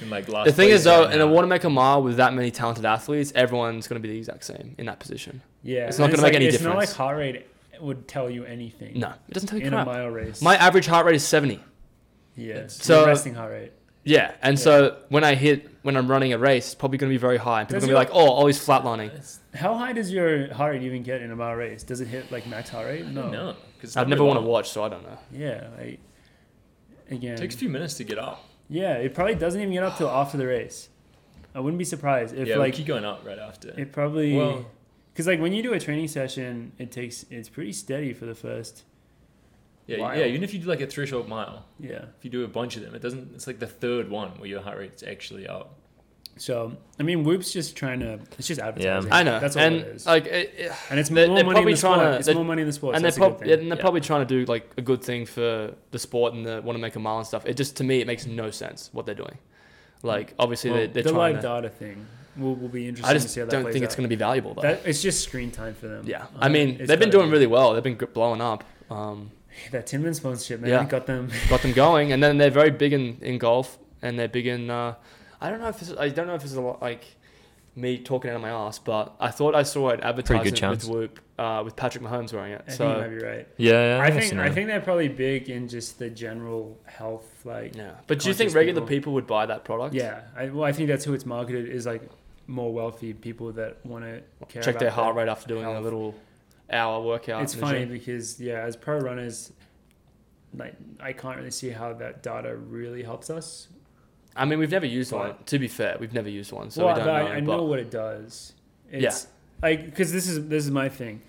A: And like last.
C: the thing
A: place
C: is though,
A: right
C: in a
A: now.
C: Wanamaker mile with that many talented athletes, everyone's going to be the exact same in that position.
B: yeah,
C: It's not
B: and
C: gonna make
B: like-
C: any
B: It's not like
C: difference.
B: heart rate would tell you anything.
C: No, it doesn't tell you
B: in a
C: crap.
B: mile race.
C: My average heart rate is seventy.
B: yeah,
C: So-
B: so resting heart rate.
C: Yeah, and
B: Yeah.
C: so when I hit when I'm running a race, it's probably going to be very high. People are
B: Does
C: going to be like, "Oh, always flatlining."
B: How high does your heart rate even get in a mile race? Does it hit like max heart rate? No.
A: No, because
C: I've never won a watch, so I don't know.
B: Yeah, like again.
A: It takes a few minutes to get up.
B: yeah, it probably doesn't even get up till after the race. I wouldn't be surprised if
A: yeah,
B: like
A: we keep going up right after.
B: It probably
A: Well-
B: because like when you do a training session, it takes it's pretty steady for the first
A: yeah,
B: wild.
A: yeah. Even if you do like a threshold mile,
B: yeah.
A: if you do a bunch of them, it doesn't. It's like the third one where your heart rate's actually up.
B: So I mean, Whoop's just trying to it's just advertising.
C: I know.
B: that's all
C: and
B: it is.
C: like, it, it,
B: and it's
C: they're-
B: more
C: they're
B: money in
C: probably
B: the sport.
C: trying to-
B: it's
C: they-
B: more money in the sport.
C: and
B: so
C: they're,
B: that's a good
C: prob-
B: thing.
C: yeah, and they're
A: Yeah.
C: probably trying to do like a good thing for the sport and the want to make a mile and stuff. It just to me it makes no sense what they're doing. Like obviously
A: Well,
C: they, they're
B: the
C: trying.
B: live
C: to,
B: data thing will, will be interesting
C: I
B: to
C: just
B: see how that
C: don't
B: plays
C: think it's
B: out.
C: going to be valuable though.
B: That, it's just screen time for them.
C: yeah,
B: Uh,
C: I mean
B: it's
C: they've been
B: gotta
C: doing
B: be.
C: really well. They've been g- blowing up. Um,
B: that Tinman sponsorship. Man,
C: Yeah.
B: it got them.
C: got them going, and then they're very big in, in golf, and they're big in. Uh, I don't know if this, I don't know if this is a lot like me talking out of my ass, but I thought I saw it advertised with
A: chance.
C: Whoop uh, with Patrick Mahomes wearing it.
B: I
C: so
B: think you might be right.
A: Yeah,
B: I think I think they're probably big in just the general health like
C: yeah, but do you think
B: Conscious
C: regular
B: people.
C: people. would buy that product?
B: Yeah, I, well, I think that's who it's marketed is like more wealthy people that want to care
C: check
B: about
C: their heart rate after doing a
B: health.
C: little hour workout.
B: It's
C: in the
B: funny
C: gym.
B: because yeah, as pro runners, like I can't really see how that data really helps us.
C: I mean, we've never used
B: But-
C: one. To be fair, we've never used one, so
B: well,
C: we don't
B: but
C: know.
B: I, I know
C: but
B: what it does. It's like because this is this is my thing,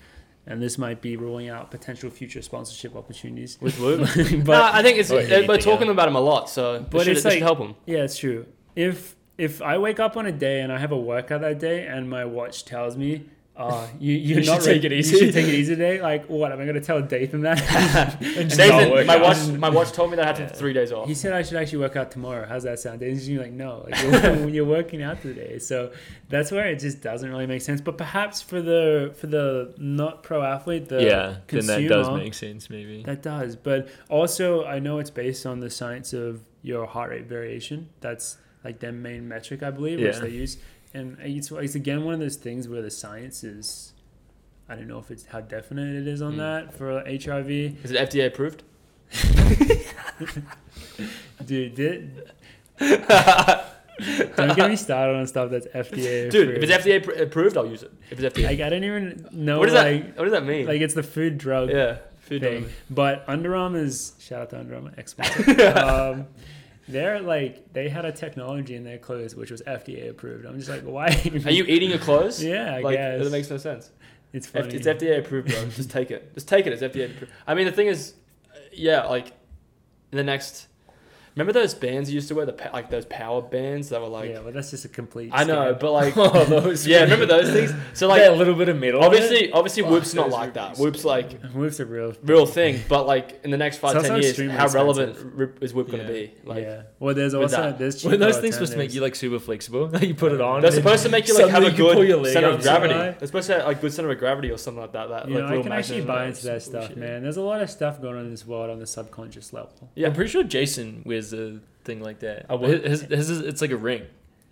B: and this might be ruling out potential future sponsorship opportunities.
C: with Whoop,
B: but
C: no, I think it's
A: Or
C: they- we're
A: anything
C: talking
A: else.
C: about him a lot, so
B: But
C: it should,
B: it's
C: it should
B: like-
C: help him.
B: Yeah, it's true. If if I wake up on a day and I have a workout that day and my watch tells me, uh, you, you're
A: should
B: not
A: take it easy."
B: You should take it easy today. Like, what am I going to tell Dathan that?
A: And
C: And
A: just not
C: Nathan,
A: work
C: my
A: out.
C: watch, my watch told me that I had to have three days off.
B: he said I should actually work out tomorrow. How's that sound? Dathan's just like, no, like, you're, you're working out today. So that's where it just doesn't really make sense. But perhaps for the for the not pro athlete, the
A: yeah, then that does
B: consumer-
A: make sense. Maybe
B: That does, but also I know it's based on the science of your heart rate variation. That's like their main metric, I believe, which
A: Yeah.
B: they use. And it's, it's again one of those things where the science is, I don't know if it's how definite it is on
C: Mm.
B: that for HIV.
C: Is it FDA approved?
B: Dude, did, don't get me started on stuff that's FDA.
C: Dude, if it's
B: approved.
C: FDA pr- approved, I'll use it. If it's FDA,
B: like I don't even know
C: what does
B: like
C: that? What does that mean?
B: like it's the food drug
C: yeah, food
B: thing.
C: delivery.
B: But Under Armour's shout out to Under Armour export. um, they're like they had a technology in their clothes which was FDA approved. I'm just like, why?
C: Are you eating your clothes?
B: yeah, I
C: like
B: guess
C: that makes no sense.
B: it's
C: F-
B: funny.
C: it's FDA approved, bro. Just take it. Just take it. It's FDA approved. I mean, the thing is, uh, yeah, like in the next. Remember those bands you used to wear, the pa- like those power bands that were like.
B: yeah, well, that's just a complete.
C: I know,
B: scam.
C: but like,
A: Oh, those
C: yeah,
A: were-
C: remember those things? So
A: that
C: like,
A: little bit of metal. in it?
C: obviously, obviously,
A: Fuck,
C: Whoop's not
A: those
C: like
A: were
C: that.
A: pretty
C: Whoop's like
B: Whoop's a real
C: real thing, but like in the next
B: It's
C: five,
B: also
C: ten years,
B: extremely
C: how
B: expensive.
C: relevant Rip is Whoop going
A: Yeah.
C: to be? Like,
B: yeah. Well, there's
C: with
B: also
C: that.
B: there's
A: Were those things supposed to make you
B: cheaper
A: like super flexible? you put it on.
C: They're
A: and-
C: supposed to make you like have
A: Suddenly you
C: a
A: can pull your
C: good
A: leg
C: center
A: up
C: of
A: so
C: gravity.
A: high.
C: They're supposed to have like good center of gravity or something like that. That
B: alternatives. You
C: like
B: know, I
C: little
B: can actually
C: magnets.
B: buy into that
A: some
B: stuff,
A: bullshit.
B: man. There's a lot of stuff going on in this world on the subconscious level.
A: Yeah, I'm pretty sure Jason wears a thing like that.
C: A what?
A: His, his, his- it's like a ring.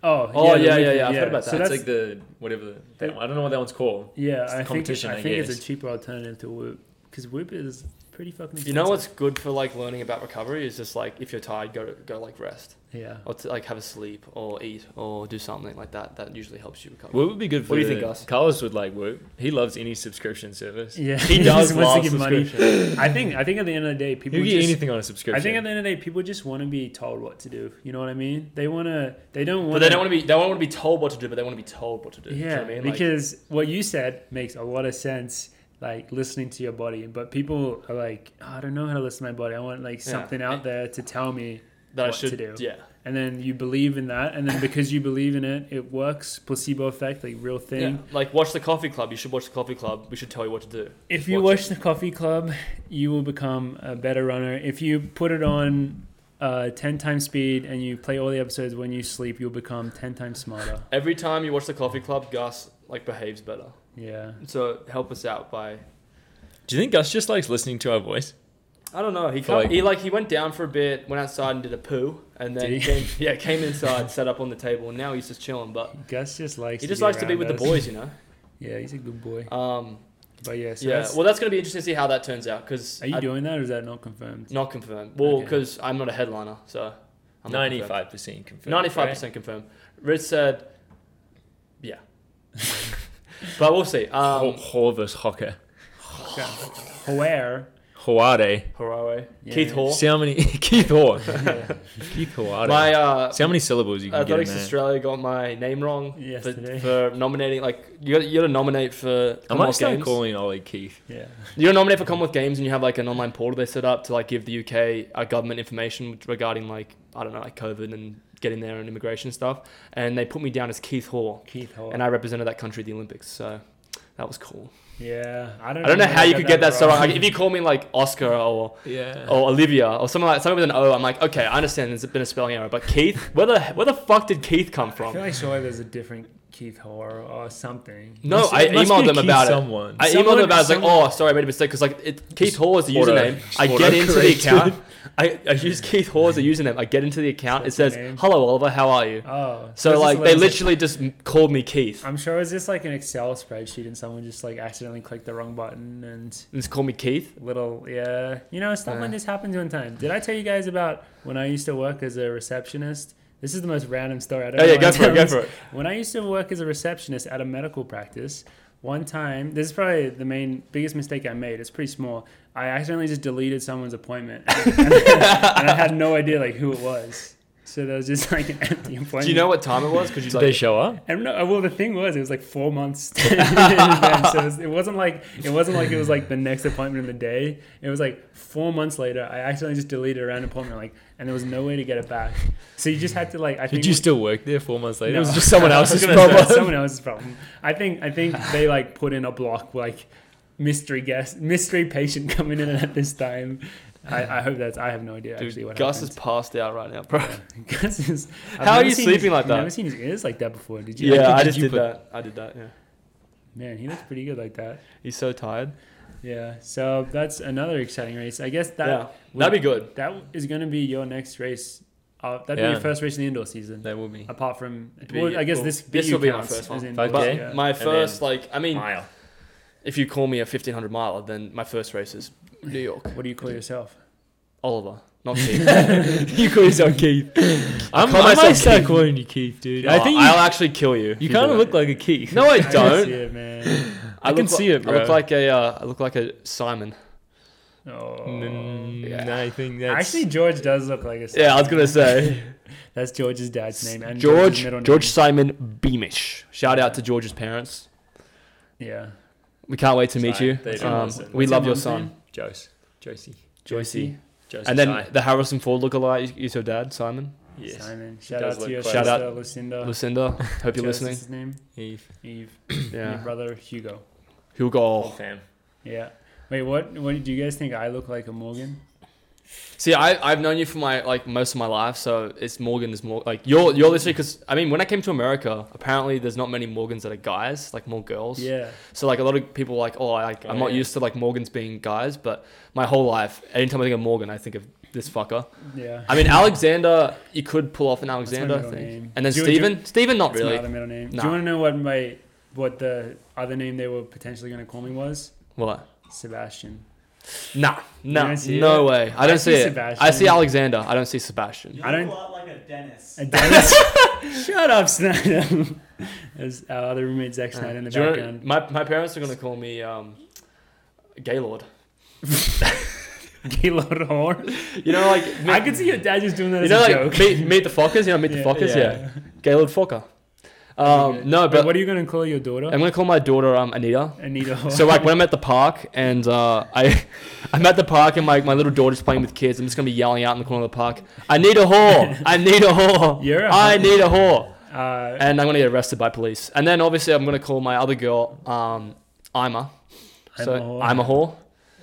B: Oh,
C: Oh,
B: the
C: yeah, yeah,
B: Whoop-
C: yeah, I've heard about
B: So
C: that.
A: it's
B: that's
A: like the whatever. the- that one- I don't know what that one's called.
B: Yeah,
A: It's
B: I think,
A: competition,
B: I
A: I
B: think it's a
A: guess.
B: cheaper alternative to Whoop because Whoop is pretty fucking.
C: You know
B: expensive.
C: what's good for like learning about recovery is just like if you're tired, go go like rest
B: Yeah.
C: or to, like have a sleep or eat or do something like that. That usually helps you recover.
A: What would be good for
C: What do you think, Gus?
A: Carlos would like Whoop. He loves any subscription service.
B: Yeah.
C: He
B: just
C: does
B: wants
C: love
B: to give money.
C: subscription.
B: I think. I think at the end of the day, people
A: He'll get
B: just.
A: anything on a
B: I
A: subscription.
B: think at the end of the day, people just want to be told what to do. You know what I mean? They want to. They don't want.
C: But they don't want to be they don't want to be told what to do, but they want to be told what to do. Do you know
B: Yeah,
C: what I mean? Like,
B: because what you said makes a lot of sense. Like listening to your body, but people are like, "Oh, I don't know how to listen to my body. I want like
C: Yeah.
B: something out there to tell me
C: that I
B: what to
C: should
B: do.
C: Yeah.
B: and then you believe in that, and then because you believe in it, it works. Placebo effect, like real thing.
C: Yeah. Like watch the coffee club. You should watch the coffee club. We should tell you what to do.
B: If you
C: Watch
B: watch the Coffee Club, you will become a better runner. If you put it on uh, ten times speed and you play all the episodes when you sleep, you'll become ten times smarter.
C: Every time you watch the coffee club, Gus like behaves better.
B: Yeah,
C: So help us out by
A: Do you think Gus just likes listening to our voice?
C: I don't know. He
A: For
C: come,
A: like-
C: he like he went down for a bit, went outside and did a poo, and then
B: Did he?
C: came, yeah came inside, sat up on the table, and now he's just chilling. But
B: Gus just likes.
C: he just likes to be
B: around
C: with the
B: us.
C: boys, you know.
B: Yeah, he's a good boy.
C: Um,
B: But yeah, so
C: yeah.
B: that's-
C: Well, that's gonna be interesting to see how that turns out because
B: Are you doing that, or is that not confirmed?
C: not confirmed. Well,
B: Okay.
C: because I'm not a headliner, so I'm not confirmed.
A: Ninety-five percent confirmed.
C: Ninety-five percent confirmed. Rich said, "Yeah," but we'll see.
A: Um,
C: Um,
A: Horvus Hocker.
B: Okay. Where?
A: Hoare.
C: Horawe,
B: Yeah.
C: Keith Hoare.
A: See how many Keith Hoare. Keith Hoare.
C: My uh,
A: See how many syllables you can get in
C: Athletics
A: there.
C: Australia got my name wrong
B: Yes,
C: for,
B: today.
C: for nominating. Like you got you got to nominate for
A: I might
C: Commonwealth
A: start
C: Games.
A: calling Ollie Keith.
B: Yeah.
C: You got to nominate for Commonwealth Games, and you have like an online portal they set up to like give the UK uh, government information regarding like I don't know like COVID and getting there and immigration stuff. And they put me down as Keith Hoare,
B: Keith Hall.
C: and I represented that country at the Olympics. So. That was cool.
B: yeah. I don't.
C: I don't know how you could get that so wrong.
B: wrong.
C: Like, if you call me like Oscar or
A: Yeah.
C: or Olivia or something like something with an O, I'm like, okay, I understand there's been a spelling error, but Keith, where the where the fuck did Keith come
B: I feel
C: from?
B: like surely there's a different Keith Hall or something.
C: No,
A: Must-
C: I
A: it must
C: emailed
A: be
C: them
A: Keith
C: about it.
A: someone.
C: I emailed
B: Someone-
C: them about. it, I was like,
B: someone-
C: oh, sorry, I made a mistake because like it, Keith Hall is the
A: auto-
C: username. I
A: auto
C: get into the
A: corrected.
C: account. I, I use Keith Hall as a username. I get into the account. It
B: That's your
C: says,
B: name.
C: "Hello, Oliver. How are you?"
B: Oh.
C: So
B: this is
C: like they
B: what it is.
C: literally just m- called me Keith.
B: I'm sure it was just like an Excel spreadsheet and someone just like accidentally clicked the wrong button and
C: They Just called me Keith.
B: little yeah you know stuff
C: Yeah.
B: like this happens one time did i tell you guys about when i used to work as a receptionist this is the most random story i don't
C: Oh
B: know
C: yeah,
B: why
C: go
B: I'm
C: for it.
B: telling
C: Go
B: this.
C: for it.
B: When I used to work as a receptionist at a medical practice, one time, this is probably the main biggest mistake I made. It's pretty small. I accidentally just deleted someone's appointment, and, I had no idea like who it was. So there was just like an empty appointment.
C: Do you know what time it was? Because you
A: Did they
C: like,
A: show up?
B: I don't know. uh, Well, the thing was, it was like four months. in advance. so it, was, it wasn't like it wasn't like it was like the next appointment in the day. It was like four months later. I accidentally just deleted a random appointment, like, and there was no way to get it back. So you just had to like. I think
A: Did you still work there four months later?
B: No.
A: It was just someone
B: I was
A: else's
B: gonna say,
A: problem.
B: someone else's problem. I think I think they like put in a block like mystery guest, mystery patient coming in at this time. I, I hope that's. I have no idea actually
C: dude,
B: what
C: Gus is
B: happened.
C: passed out right now, bro.
B: Gus is. I've
C: How are
B: never
C: you
B: seen
C: sleeping
B: his-
C: like
B: I've
C: that?
B: Never seen his ears like that before. Did you?
C: Yeah, I
A: did
C: just
A: you
C: did
A: put-
C: that. I did that. Yeah,
B: Man, he looks pretty good like that.
C: he's so tired.
B: Yeah. So that's another exciting race. I guess that
C: yeah,
B: would-
C: that'd be good.
B: that is going to be your next race. Uh, that'd be
A: Yeah.
B: your first race in the indoor season.
A: That will be.
B: Apart from,
A: Be-
B: well, I guess
A: well,
B: this
C: this
B: BU
C: will be my
B: counts
C: first one.
B: as in-
A: Fuck
C: But
A: Okay.
B: yeah.
C: my
A: And
C: first, like, I mean,
A: Mile.
C: if you call me a 1500 miler, then my first race is New York.
B: What do you call yourself?
C: Oliver, not Keith.
A: you call yourself Keith. I'm,
C: call
A: I might
C: myself
A: start
C: Keith.
A: calling you Keith, dude.
C: No,
A: I think
C: I'll
A: you,
C: actually kill you. if
A: you
C: do
A: kind of
C: that.
A: look like a Keith.
C: No, I
B: I
C: don't.
B: see it, man.
A: I can
C: look li-
A: see it,
C: I
A: bro.
C: look like a. Uh, I look like a Simon.
B: Oh.
A: Mm,
C: Yeah.
A: I think that's
B: Actually, George does look like a.
C: Yeah, I was gonna say
B: That's George's dad's name and George's
C: George.
B: middle name.
C: George Simon Beamish. Shout out to George's parents.
B: Yeah.
C: We can't wait to meet
A: Sorry,
C: you.
A: they don't
C: Um,
A: listen.
C: we
B: What's
C: love
B: your
C: your
B: mom's
C: son,
B: name?
A: Jose. Josie.
C: Joycey.
A: Josie.
C: And then
A: Sy.
C: the Harrison Ford lookalike is your dad, Simon,
A: yes.
B: Simon.
A: He
B: Shout
A: does
B: out to
A: look
B: your
A: quite-
B: sister,
C: Shout
B: Lucinda.
C: Lucinda. Hope you're
B: Joseph's
C: listening.
B: His name
A: Eve.
B: Eve. And your
C: Yeah,
B: brother Hugo.
C: he'll
A: Oh,
C: go.
A: fam.
B: Yeah. Wait, what? What do you guys think? I look like a Morgan?
C: See, I, I've known you for my like most of my life, so it's Morgan is more like you're you're literally because I mean when I came to America, apparently there's not many Morgans that are guys, like more girls.
B: Yeah.
C: So like a lot of people are like, oh, I, like, I'm
A: Oh,
C: not
A: yeah.
C: used to like Morgans being guys, but my whole life, anytime I think of Morgan, I think of this fucker.
B: Yeah.
C: I mean Alexander, you could pull off an
B: That's my
C: Alexander
B: middle
C: thing,
B: name.
C: and then
B: Do you-
C: Stephen, Stephen not
B: That's my
C: really.
B: other middle name.
C: Nah.
B: Do you want to know what my what the other name they were potentially going to call me was?
C: What?
B: Sebastian.
C: Nah, nah,
B: don't see
C: no
B: it?
C: way. I
B: I
C: don't
B: see
C: see it. I see
B: Sebastian.
C: Alexander. I don't see Sebastian.
D: You
B: I don't-
D: look a lot like a dentist.
B: A Dennis. Shut up, Snyder. As our other roommate Zack
C: Uh,
B: Snyder in the
C: do you wanna-
B: background.
C: my my parents are gonna call me um, Gaylord.
B: Gaylord Horn.
C: You know, like
B: I could see your dad just doing that
C: you
B: as
C: know,
B: a
C: like
B: joke.
C: meet, meet the Fockers. You know, meet the Fockers. Yeah, Gaylord Focker. Um, no,
B: But
C: but
B: what are you Oh. gonna call your daughter?
C: I'm gonna call my daughter um, Anita.
B: Anita. Horn.
C: So like when I'm at the park and uh, I, I'm at the park and like my little daughter's playing with kids. I'm just gonna be yelling out in the corner of the park. I need a whore. I need a whore.
B: You're a
C: I
B: whore."
C: need a whore.
B: uh,
C: And I'm gonna get arrested by police. And then obviously I'm gonna call my other girl, um, Ima. So
B: I'm a whore.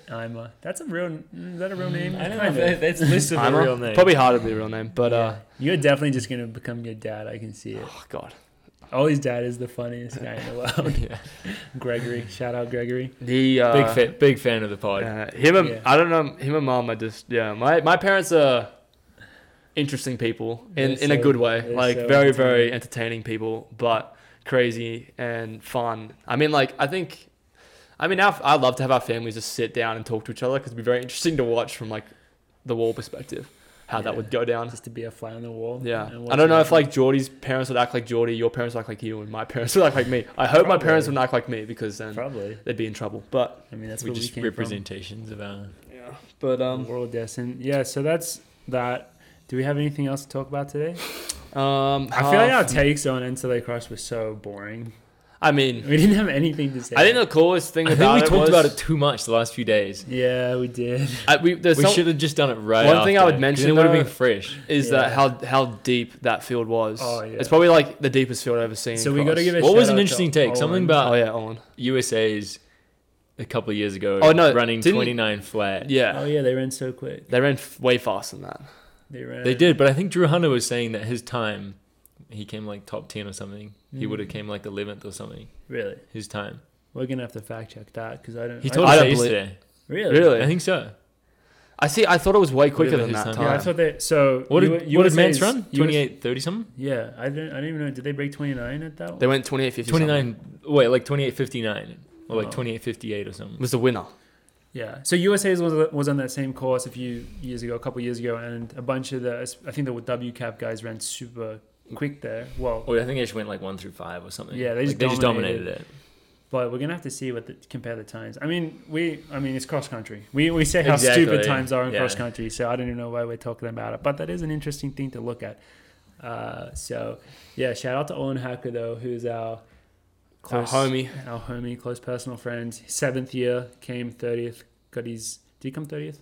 C: I'm a whore.
B: Ima. That's a real. mm, Is that a real name?
A: I don't know.
B: Kind
A: If
B: of.
A: that- that's listed as a
C: Ima.
A: real name.
C: Probably hard to be a real name, but uh,
B: Yeah. You're definitely just gonna become your dad. I can see it.
C: oh god.
B: Ollie's dad is the funniest guy in the world.
C: Yeah.
B: Gregory. Shout out Gregory.
C: The uh,
A: big fan, big fan of the pod.
C: Uh, him and
B: Yeah.
C: I don't know him and mom. I just yeah. My my parents are interesting people in
B: They're
C: in a
B: so-
C: good way.
B: they're
C: Like
B: so
C: very very entertaining people, but crazy and fun. I mean like I think. I mean, our, I love to have our families just sit down and talk to each other because it'd be very interesting to watch from like the wall perspective how that
B: Yeah.
C: would go down.
B: Just to be a fly on the wall.
C: Yeah,
B: and
C: I
B: watch
C: don't know
B: it
C: if like Geordie's parents would act like Geordie, your parents would act like you, and my parents would act like me. I hope my
B: Probably.
C: parents would not act like me because
B: happen.
C: then
B: Probably.
C: they'd be in trouble. But
B: I mean, that's
A: we
B: where
A: just
B: we came
A: representations of uh, our.
C: yeah, but
B: from.
C: um,
B: World Destin. Yeah. So that's that. Do we have anything else to talk about today?
C: Um,
B: I feel like
A: Ah,
B: our
C: half-
B: takes on Until They Cross were so boring.
C: I
B: We
C: mean,
B: didn't have anything to say.
C: I think the coolest thing
A: I think
C: about
A: we
C: it
A: talked
C: was
A: about it too much the last few days.
B: Yeah, we did.
C: I, we, there's
A: we
C: some-
A: should have just done it right.
C: One thing I
A: after,
C: would
A: 'cause
C: mention,
A: it would have
C: though-
A: been fresh.
C: is
B: Yeah.
C: that how how deep that field was.
B: Oh, yeah.
C: It's probably like the deepest field I've ever seen.
B: So we gotta
C: across-
B: give it-
A: What was
B: shout out
A: an
B: to
A: interesting take? Something
B: Owen.
A: about
C: Oh yeah, Owen.
A: USA's a couple of years ago.
C: Oh, no,
A: running
C: didn't-
A: twenty nine flat.
C: Yeah,
B: Oh yeah, they ran so quick.
C: they ran f- way faster than that.
B: They ran.
A: They did, but I think Drew Hunter was saying that his time, he came like top ten or something. He
B: Mm.
A: would have came like eleventh or something.
B: Really,
A: His time.
B: we're gonna have to fact check that because I don't.
A: He
B: I-
A: told
C: I
A: us
C: don't
A: that
C: believe-
A: yesterday.
B: really.
C: Really?
A: I think so.
C: I see. I thought it was way quicker
A: Whatever
C: than
A: his
C: that
A: time.
B: Yeah, I
C: time.
B: thought they. So
A: What did,
B: U-
A: what did
B: USA's
A: Mance run?
B: US
A: 28, 30 something?
B: yeah, I don't. I don't even know. Did they break twenty nine at that one?
C: they went 28.50. 29
A: 29, wait, like 28.59 or like
B: Oh.
A: 28.58 or something.
C: was the winner.
B: Yeah. So USA's was, was on that same course a few years ago, a couple years ago, and a bunch of the I think the WCAP guys ran super quick there. Well,
A: Or I think they just went like 1 through 5 or something.
B: Yeah, they
A: Like,
B: just
A: dominated it.
B: but we're gonna have to see what the, compare the times. I mean, we I mean it's cross country. We we say how
A: Exactly.
B: stupid times are in
A: Yeah.
B: cross country, so I don't even know why we're talking about it. But that is an interesting thing to look at. Uh, so yeah, shout out to Owen Hacker though, who's our
C: Our homie.
B: our homie, close personal friend. Seventh year came thirtieth. Got his did he come thirtieth?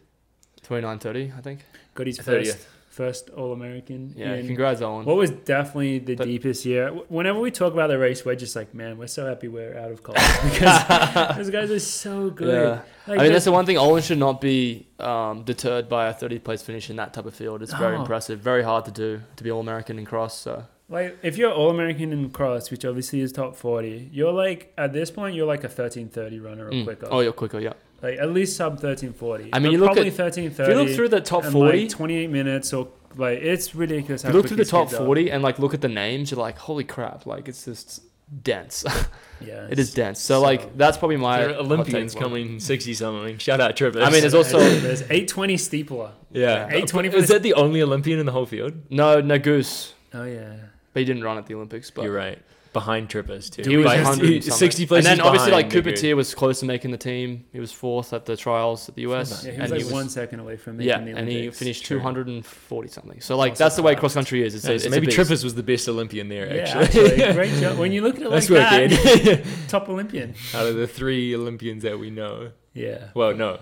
C: 29.30, I think.
B: Got his first
A: 30th.
B: first All American.
C: Yeah,
B: in
C: congrats, Owen.
B: what was definitely the
C: But-
B: deepest year. W- Whenever we talk about the race, we're just like, man, we're so happy we're out of college because those guys are so good.
C: Yeah.
B: Like,
C: I mean, that's
B: just-
C: the one thing. Owen should not be um, deterred by a 30th place finish in that type of field. It's very
B: No.
C: impressive, very hard to do to be all American and cross. So
B: like if you're All American in cross, which obviously is top forty, you're like at this point you're like a thirteen thirty runner or
C: Mm.
B: quicker,
C: Oh, you're quicker, yeah.
B: like at least sub thirteen forty.
C: I mean, you look
B: probably
C: at-
B: thirteen
C: If
B: thirty.
C: you look through the top forty,
B: twenty eight minutes or like it's ridiculous.
C: if you look
B: quick
C: through the
B: these
C: top
B: kids are.
C: forty and like look at the names, you're like, holy crap! Like it's just dense.
B: Yeah,
C: it is dense. So,
B: So-
C: like that's probably my
A: There are
C: hot
A: Olympians
C: take one.
A: coming 60 something. Shout out Travis.
C: I mean, there's also
B: there's eight twenty steepler.
A: yeah.
B: Eight twenty for
A: Is
B: the-
A: that the only Olympian in the whole field?
C: no no goose,
B: Oh yeah.
C: but he didn't run at the Olympics. But
A: You're right. Behind Trippers too.
C: He was
A: By-
C: 100 and something.
A: 60 places
C: And then obviously like
A: behind,
C: Cooper Tier was close to making the team. He was fourth at the trials at the US.
B: Yeah, he
C: and
B: was like one second away from making
C: yeah,
B: the
C: and he
B: Olympics.
C: finished
A: True.
C: two hundred and forty something. So like
B: Also
C: that's the way
B: fast.
C: cross country is. It's,
A: Yeah,
C: a,
A: so
C: it's
A: maybe
C: a beast.
A: Trippers was the best Olympian there,
B: Yeah,
A: actually.
B: actually, great job. When you look at it
A: Nice
B: like
A: work,
B: that,
A: Ed.
B: top Olympian.
A: Out of the three Olympians that we know,
B: Yeah.
A: well, no,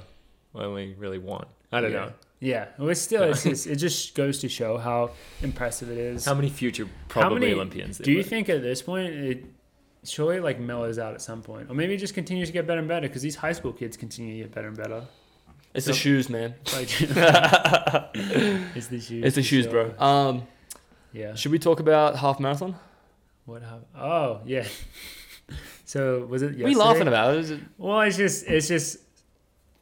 A: only really one. I don't know
B: Yeah, well, it's still it's just, it just goes to show how impressive it is.
A: how many future probably
B: many-
A: Olympians. There
B: Do you
A: were.
B: think at this point it surely like mellows out at some point, or maybe it just continues to get better and better because these high school kids continue to get better and better.
C: It's the shoes, man.
B: Like, it's the shoes.
C: It's the
B: for
C: shoes,
B: sure.
C: bro. Um,
B: Yeah.
C: should we talk about half marathon?
B: What happened? Oh yeah. so was it?
C: What are you laughing
B: yesterday?
C: about? Is it-
B: Well, it's just it's just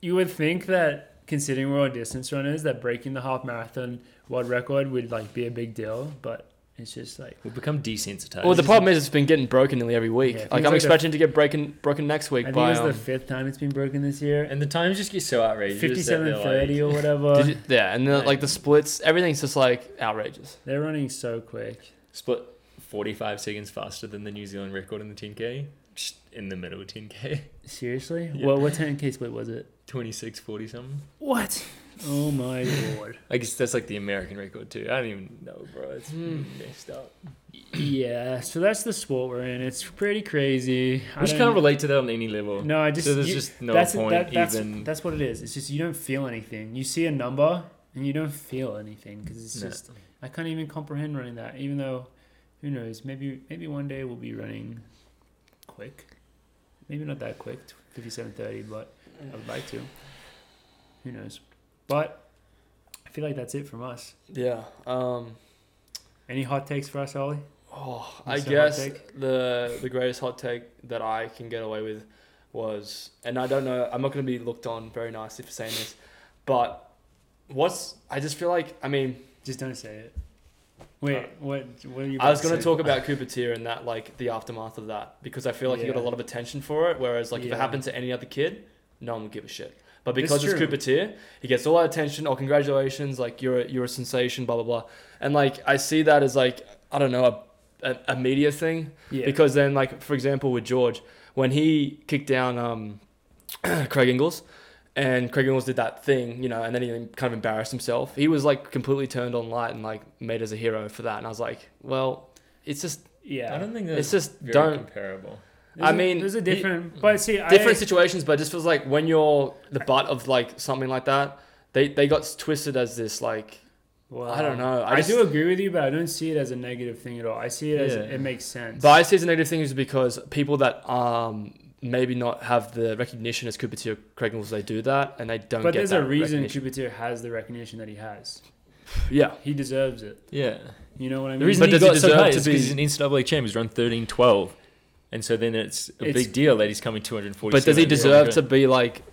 B: you would think that considering we're all distance runners that breaking the half marathon world record would like be a big deal, but It's just like
A: We'll become desensitized.
C: Well, the problem is it's been getting broken nearly every week.
B: Yeah,
C: like
B: things
C: I'm
B: like
C: expecting to get broken broken next
B: I
C: week
B: think
C: by.
B: it's
C: um,
B: the fifth time it's been broken this year.
A: and the times just get so outrageous. that they're
B: Fifty-seven
A: like-
B: thirty or whatever.
C: um, did you- yeah, and then like the splits, everything's just like outrageous.
B: They're running so quick.
A: split 45 seconds faster than the New Zealand record in the 10k, just in the middle of 10k,
B: Seriously?
A: Yeah.
B: What what ten k split was it?
A: 26 40 something.
B: What? Oh my lord.
A: I guess that's like the American record too. I don't even know, bro. It's
C: Hmm.
A: messed up.
B: Yeah. So that's the sport we're in. It's pretty crazy. I
A: I just
B: don't-
A: can't relate to that on any level.
B: No, I just
A: so there's
B: you-
A: just no
B: that's,
A: point
B: that- that's,
A: even.
B: That's what it is. It's just you don't feel anything. You see a number and you don't feel anything because it's
A: No.
B: just I can't even comprehend running that. Even though, who knows? Maybe maybe one day we'll be running quick. Maybe not that quick, fifty-seven thirty, but I would like to. Who knows? But I feel like that's it from us.
C: Yeah. Um.
B: Any hot takes for us, Ollie?
C: Oh,
B: What's
C: I
B: your hot
C: guess
B: take?
C: the the greatest hot take that I can get away with was, and I don't know, I'm not going to be looked on very nicely for saying this, but what's I just feel like I mean
B: Just don't say it. Wait,
C: Uh,
B: what? What are you?
C: I was
B: about
C: going to
B: say?
C: talk about Cupertier and that like the aftermath of that because I feel like he got a
B: Yeah.
C: lot of attention for it, whereas like if
B: Yeah.
C: it happened to any other kid, no one would give a shit. But
B: That's
C: because it's
B: true.
C: Cupertier, he gets all that attention. Oh, congratulations! Like you're a, you're a sensation, blah blah blah. And like I see that as like I don't know a, a, a media thing
B: Yeah.
C: because then, like for example, with George, when he kicked down um, Craig Ingles, and Craig Ingles did that thing, you know, and then he kind of embarrassed himself. He was like completely turned on light and like made as a hero for that. And I was like, well, it's just
B: yeah.
A: I don't think that's
C: it's just
A: very
C: don't
A: comparable.
B: There's
C: I
B: a-
C: mean,
B: there's a
C: he-
B: different, but see,
C: different
B: I,
C: situations, but it just feels like when you're the butt of like something like that, they they got twisted as this like
B: Well,
C: I don't know.
B: I,
C: I just-
B: do agree with you, but I don't see it as a negative thing at all. I see it as
A: Yeah.
B: it makes sense.
C: But I see it as a negative thing is because people that um maybe not have the recognition as Cupertino or Craig Ingles, they do that and they don't
B: But
C: get
B: there's
C: that
B: a reason Oh,
C: recognition.
B: Cupertino has the recognition that he has.
C: Yeah.
B: He deserves it.
A: Yeah.
B: You know what I mean?
A: The reason he
C: But does it
A: got so
C: deserve
A: high
C: to
A: is because he's an
C: be-
A: NCAA champ. He's run 13 12. And so then it's a
B: It's-
A: big deal that he's coming 240.
C: But does he deserve to be like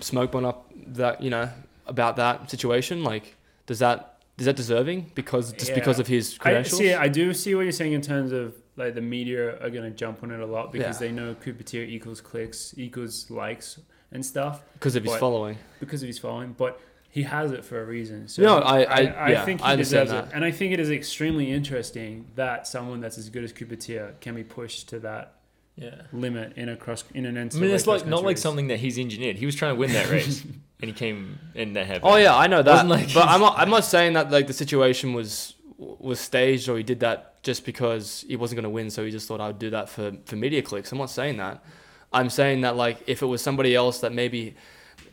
C: smoke one up that you know about that situation? Like, does that is that deserving because just because
B: Yeah.
C: of his
B: I
C: credentials?
B: see. uh, I do see what you're saying in terms of like the media are gonna jump on it a lot because they know Cupertino equals clicks, equals likes and stuff
C: Because of his
B: But-
C: following.
B: because of his following. But he has it for a reason. So
C: No, I- I-
B: I
C: yeah,
B: think he
C: I understand
B: deserves it, and I think it is extremely interesting that someone that's as good as Cupertino can be pushed to that
A: Yeah.
B: limit in a cross in an
A: I
B: NCAA.
A: mean, it's like not
B: cross-country
A: like
B: race.
A: something that he's engineered. He was trying to win that race, and he came, and that happened.
C: Oh yeah, I know that.
A: Wasn't like
C: but
A: he's-
C: I'm not, I'm not saying that like the situation was was staged or he did that just because he wasn't going to win, so he just thought I would do that for for media clicks. I'm not saying that. I'm saying that like if it was somebody else that maybe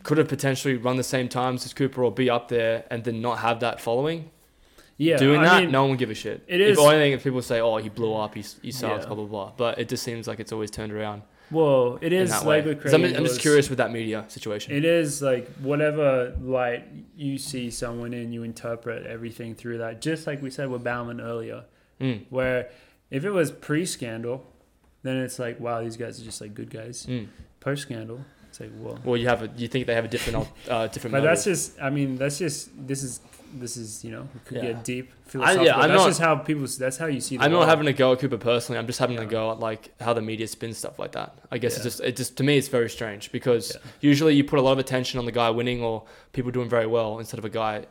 C: could have potentially run the same times as Cooper or be up there and then not have that following,
B: yeah,
C: doing
B: I
C: that,
B: mean,
C: no one would give a shit.
B: it
C: If
B: is-
C: only if people say, "Oh, he blew up, he, he sucks,"
B: Yeah.
C: blah blah blah. But it just seems like it's always turned around
B: Well, it
C: in
B: is
C: that way.
B: like with
C: 'Cause I'm,
B: Craig
C: I'm just
B: Inglis.
C: curious with that media situation.
B: It is like whatever light you see someone in, you interpret everything through that. Just like we said with Bauman earlier,
C: Mm,
B: where if it was pre-scandal, then it's like wow, these guys are just like good guys.
C: mm.
B: Post-scandal, it's like well,
C: Well, you have a, you think they have a different uh, different.
B: but
C: motive.
B: that's just. I mean, that's just. This is. This is. You know, we could
C: Yeah.
B: get deep.
C: I- yeah,
B: Philosophical.
C: I'm
B: that's
C: not-
B: just how people. That's how you see. The
C: I'm not
B: world.
C: having a go at Cooper personally. I'm just having a
B: Yeah.
C: go at like how the media spins stuff like that. I guess
B: Yeah.
C: it's just it just to me it's very strange because
B: Yeah.
C: usually you put a lot of attention on the guy winning or people doing very well instead of a guy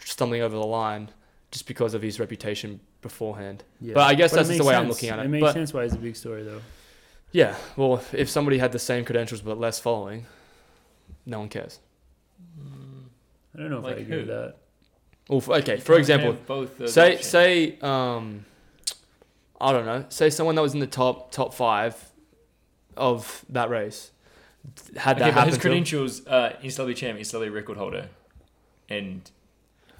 C: stumbling over the line just because of his reputation beforehand.
B: Yeah.
C: But I guess
B: it
C: that's just the
B: makes
C: way I'm
B: sense.
C: looking at it.
B: It makes
C: But-
B: sense why it's a big story though.
C: Yeah, well, if- if somebody had the same credentials but less following, no one cares.
A: Hmm.
B: I don't know if
A: Like
B: I agree
A: who?
B: with that.
C: Well, for, okay, for example, say say um, I don't know, say someone that was in the top top five of that race had that
A: okay, but
C: happen.
A: his
C: to him.
A: credentials, uh, NCAA champ, NCAA record holder, and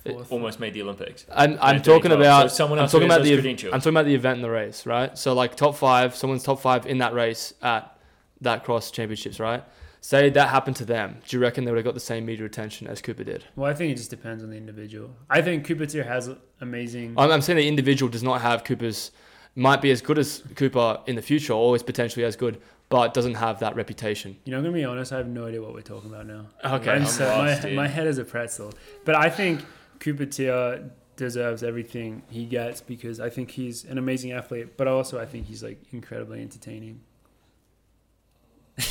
C: It-
B: Fourth.
A: almost made the Olympics.
C: Uh, I'm, I'm
A: And
C: talking
A: 12.
C: about
A: so someone
C: I'm
A: else who
C: talking
A: has
C: about
A: those
C: the-
A: credentials.
C: I'm talking about the event and the race, right? So like top five, someone's top five in that race at that cross championships, right? Say that happened to them. Do you reckon they would have got the same media attention as Cooper did?
B: Well, I think it just depends on the individual. I think Cupertino has amazing.
C: I'm, I'm saying the individual does not have Cooper's, might be as good as Cooper in the future, or is potentially as good, but doesn't have that reputation.
B: you know, I'm gonna be honest. I have no idea what we're talking about now.
C: Okay,
B: I'm
A: I'm
B: so,
A: lost,
B: my,
A: dude.
B: my head is a pretzel. But I think Cupertino deserves everything he gets because I think he's an amazing athlete, but also I think he's like incredibly entertaining.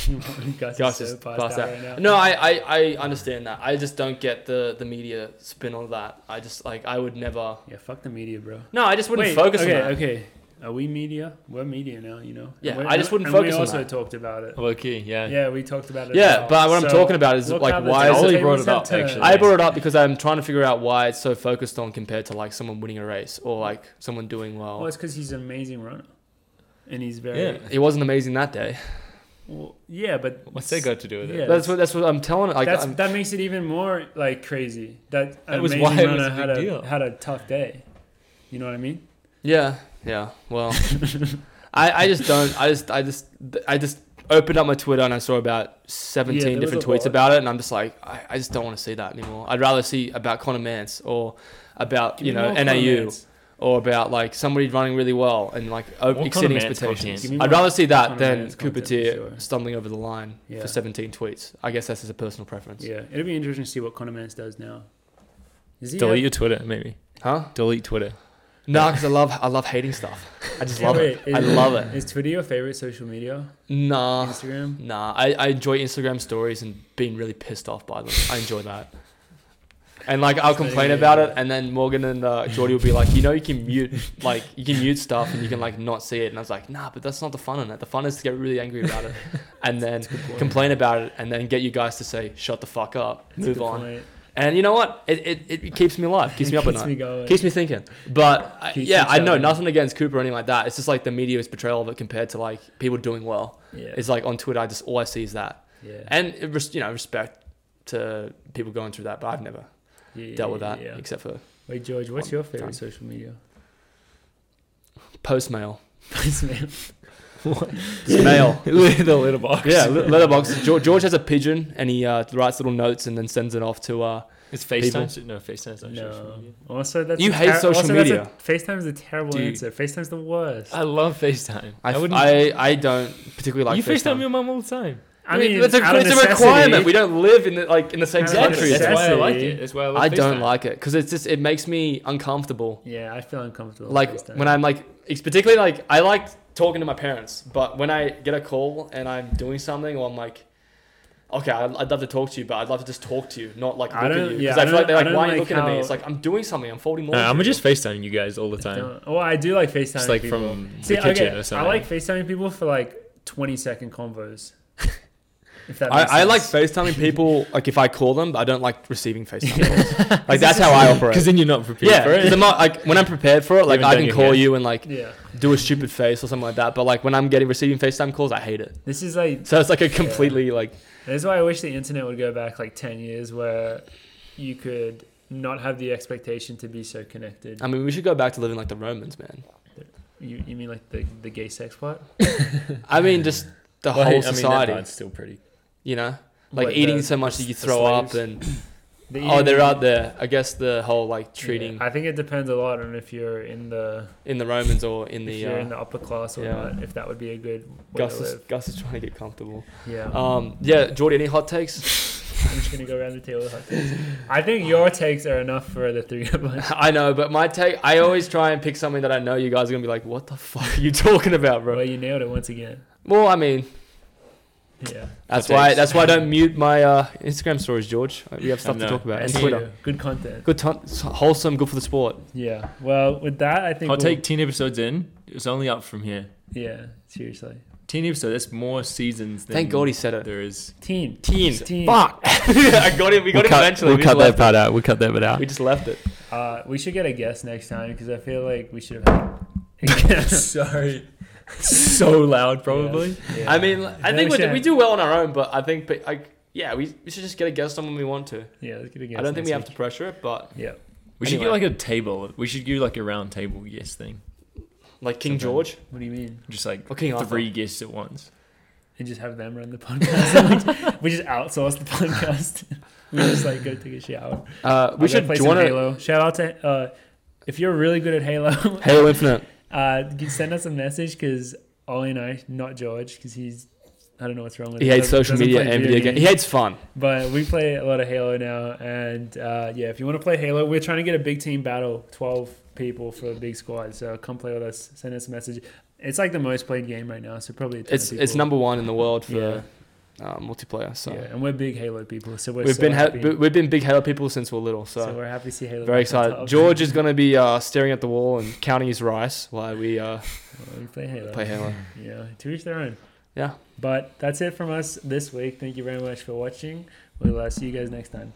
B: Gus,
A: Gus is
B: is so passed
A: passed
B: out
A: out.
B: right now.
C: No, I, I, I understand that. I just don't get the, the media spin on that. I just like I would never.
B: Yeah, fuck the media, bro.
C: No, I just wouldn't
B: Wait,
C: focus
B: okay,
C: on that.
B: Okay, Are we media? We're media now, you know?
C: Yeah,
B: And we're-
C: I just wouldn't
B: and we
C: focus on
B: also
C: that.
B: talked about it.
A: Okay, yeah.
B: Yeah, we talked about it.
C: Yeah, but what I'm talking about is like why is
A: Ollie
C: it?
A: brought it up, actually.
C: I brought it up because I'm trying to figure out why it's so focused on compared to like someone winning a race or like someone doing
B: Well,
C: well.
B: it's because he's an amazing runner, and he's very.
A: Yeah.
C: It wasn't amazing that day.
B: Well, yeah, but
A: What's that got to do with it?
B: Yeah,
C: That's what that's what I'm telling. Like
B: that's,
C: I'm-
B: that makes it even more like crazy. That,
A: That was
B: amazing
A: why it was
B: runner
A: a
B: had
A: big
B: a
A: deal.
B: had a tough day. You know what I mean?
C: Yeah, yeah. Well, I, I just don't. I just I just I just opened up my Twitter and I saw about
B: Yeah,
C: seventeen
B: there was
C: different
B: a
C: tweets
B: lot.
C: about it, and I'm just like, I, I just don't want to see that anymore. I'd rather see about Connor Mance or about
B: Give
C: you
B: me
C: know
B: more
C: NAU
B: comments.
C: or about like somebody running really well and like o-
A: More
C: exceeding
A: Conor Mance
C: expectations.
A: content.
B: Give me
C: I'd
B: more
C: rather see that
B: Conor
C: than
B: Mance content,
C: Cupertier
B: sure.
C: stumbling over the line
B: Yeah.
C: for seventeen tweets. I guess that's just a personal preference.
B: Yeah, it'll be interesting to see what Conor Mance does now. Is he
A: Delete
B: a-
A: your Twitter, maybe.
C: Huh?
A: Delete Twitter.
C: No, because I love I love hating stuff. I just
B: Yeah,
C: love
B: wait,
C: it. I
B: is-
C: love it.
B: Is Twitter your favorite social media?
C: Nah.
B: Instagram.
C: Nah, I, I enjoy Instagram stories and being really pissed off by them. I enjoy that. And like I'll complain about it, and then Morgan and uh, Jordy will be like, you know, you can mute like you can mute stuff and you can like not see it. And I was like, nah, but that's not the fun in it. The fun is to get really angry about it, and then complain about it, and then get you guys to say, shut the fuck up,
B: That's a
C: move
B: good
C: on.
B: point.
C: And you know what? It, it, it keeps me alive, keeps me up at
B: Keeps
C: night.
B: me going.
C: Keeps me thinking, but I,
B: Keeps
C: yeah,
B: you
C: I know
B: going.
C: nothing against Cooper or anything like that. It's just like the media's portrayal of it compared to like people doing well.
B: yeah.
C: It's like on Twitter, I just all I see is that,
B: yeah.
C: and it res- you know respect to people going through that, but I've never
B: Yeah,
C: dealt with
B: yeah,
C: that
B: yeah.
C: except for
B: Wait, George, what's
C: One
B: your favorite
C: time.
B: social media?
C: post mail,
B: Voicemail.
C: It's mail.
A: the little box.
C: Yeah, le- letterbox. George, George has a pigeon, and he uh, writes little notes and then sends it off to. Uh,
A: It's
C: People.
A: FaceTime. No, FaceTime's not social
B: no.
A: media.
B: Also, that's
C: You
B: a
C: hate social
B: also, that's a-
C: media.
B: FaceTime's a terrible
A: Dude.
B: answer. FaceTime's the worst.
A: I love FaceTime.
C: I,
A: I, wouldn't.
C: I, I don't particularly like.
A: you FaceTime your mum all the time.
B: I mean,
C: it's a,
B: out of
C: it's a
B: necessity-
C: requirement. We don't live in the, like in the same
B: Out of Exactly.
C: country.
A: That's
B: necessity.
A: why I like it. That's why I love
C: I don't
A: FaceTime.
C: like it because it's just it makes me uncomfortable.
B: Yeah, I feel uncomfortable. with
C: like
B: FaceTime.
C: when I'm like, it's particularly like I like talking to my parents, but when I get a call and I'm doing something or I'm like, okay, I'd, I'd love to talk to you, but I'd love to just talk to you, not like
B: I
C: look at
B: don't-
C: you
B: yeah,
C: because
B: I
C: I feel like
B: don't-
C: they're
B: I
C: like,
B: don't
C: why are you
B: like
C: looking at
B: how-
C: me? It's like I'm doing something. I'm folding more.
A: No, I'm just FaceTime you guys all the time.
B: Don't- well, I do like FaceTime.
A: Just like
B: people.
A: from
B: See,
A: the kitchen
B: okay,
A: or
B: I
A: something.
B: like FaceTiming people for like 20 second convos. if that makes
C: I, I like
B: sense.
C: FaceTiming people. Like if I call them, but I don't like receiving FaceTime calls. Like that's how I operate.
A: Because then you're not prepared
C: yeah,
A: for it.
C: 'cause I'm not like when I'm prepared for it. Like
A: haven't
C: I
A: done
C: can
A: your
C: call
A: hair.
C: you and like
B: Yeah,
C: do a stupid face or something like that. But like when I'm getting receiving FaceTime calls, I hate it.
B: this is like
C: So it's like a completely like
B: This is why I wish the internet would go back like 10 years where you could not have the expectation to be so connected.
C: I mean, we should go back to living like the Romans, man.
B: You, you mean like the, the gay sex part?
C: I mean, just the
A: Well, I
C: whole
A: mean, that
C: society,
A: part's still pretty.
C: you know, like
B: Like
C: eating
B: the-
C: so much that you
B: the
C: throw up
B: slaves?
C: and
B: The
C: oh,
B: eating-
C: they're out there. I guess the whole like
B: Yeah,
C: treating
B: I think it depends a lot on if you're in the
C: in the Romans or in
B: if
C: the
B: you're in
C: uh,
B: the upper class or
C: yeah.
B: not. If that would be a good way
C: Gus
B: to
C: is,
B: live.
C: Gus is trying to get comfortable.
B: Yeah,
C: Um, yeah, Jordy, any hot takes?
B: I'm just gonna go around the table. with hot takes. I think your takes are enough for the three of us.
C: I know, but my take, I always try and pick something that I know you guys are gonna be like, "What the fuck are you talking about,
B: Well,
C: bro?"
B: you nailed it once again.
C: Well, I mean,
B: Yeah,
C: that's
A: Hot
C: why
A: takes.
C: that's why I don't mute my uh, Instagram stories, George. We have stuff to
A: know.
C: talk about. And
B: That's
C: Twitter,
B: you. good content.
C: good, ton- wholesome, good for the sport.
B: Yeah. Well, with that, I think
A: I'll
B: we'll-
A: take 10 episodes in. It's only up from here.
B: Yeah, seriously.
A: 10 episodes, that's more seasons than
C: Thank God he said it.
A: there is.
B: Teen.
C: Teen.
B: Teen.
C: Fuck. I got it. We got it eventually. we just left
A: part out. We'll cut that bit
C: it.
A: out.
C: We just left it.
B: Uh, we should get a guest next time because I feel like we should have had a guest.
A: Sorry. so loud, probably.
B: Yeah.
C: I mean, I
B: Then
C: think
B: we
C: we,
B: should-
C: we do well on our own, but I think, but I, yeah, we, we should just get a guest on when we want to.
B: yeah, let's get a guest.
C: I don't think we have
B: next
C: to pressure it, but
B: week. Yeah.
A: We should
C: Anyway.
A: get like a table. We should do like a round table yes thing.
C: like King
A: Something.
C: George
B: What do you mean?
A: Just like
C: or King Arthur.
A: three guests at once.
B: And just have them run the podcast. we just outsource the podcast. we just like go take a shower.
C: Uh, we
B: I'll go
C: should.
B: play
C: Do you
B: some
C: want to
B: Halo. Shout out to uh, if you're really good at Halo,
C: Halo Infinite?
B: uh, you can send us a message because Ollie and I, not George, because he's I don't know what's wrong with
C: He
B: him.
C: hates
B: Doesn't-
C: social
B: doesn't
C: media
B: play
C: and video games. He hates fun.
B: But we play a lot of Halo now, and uh, yeah, if you want to play Halo, we're trying to get a big team battle, twelve people for a big squad. So come play with us. Send us a message. It's like the most played game right now, so probably a ton of
C: It's it's
B: people-
C: number one in the world for
B: Yeah.
C: uh, multiplayer. So
B: yeah, and we're big Halo people, so we're
C: we've
B: so
C: been ha-
B: happy.
C: we've been big Halo people since we we're little. So,
B: so uh, we're happy to see Halo.
C: very
B: back on
C: excited.
B: top.
C: George is gonna be uh, staring at the wall and counting his rice while we uh,
B: Well, we play Halo.
C: play Halo.
B: Yeah, to each their own.
C: Yeah.
B: But that's it from us this week. Thank you very much for watching. We'll uh, see you guys next time.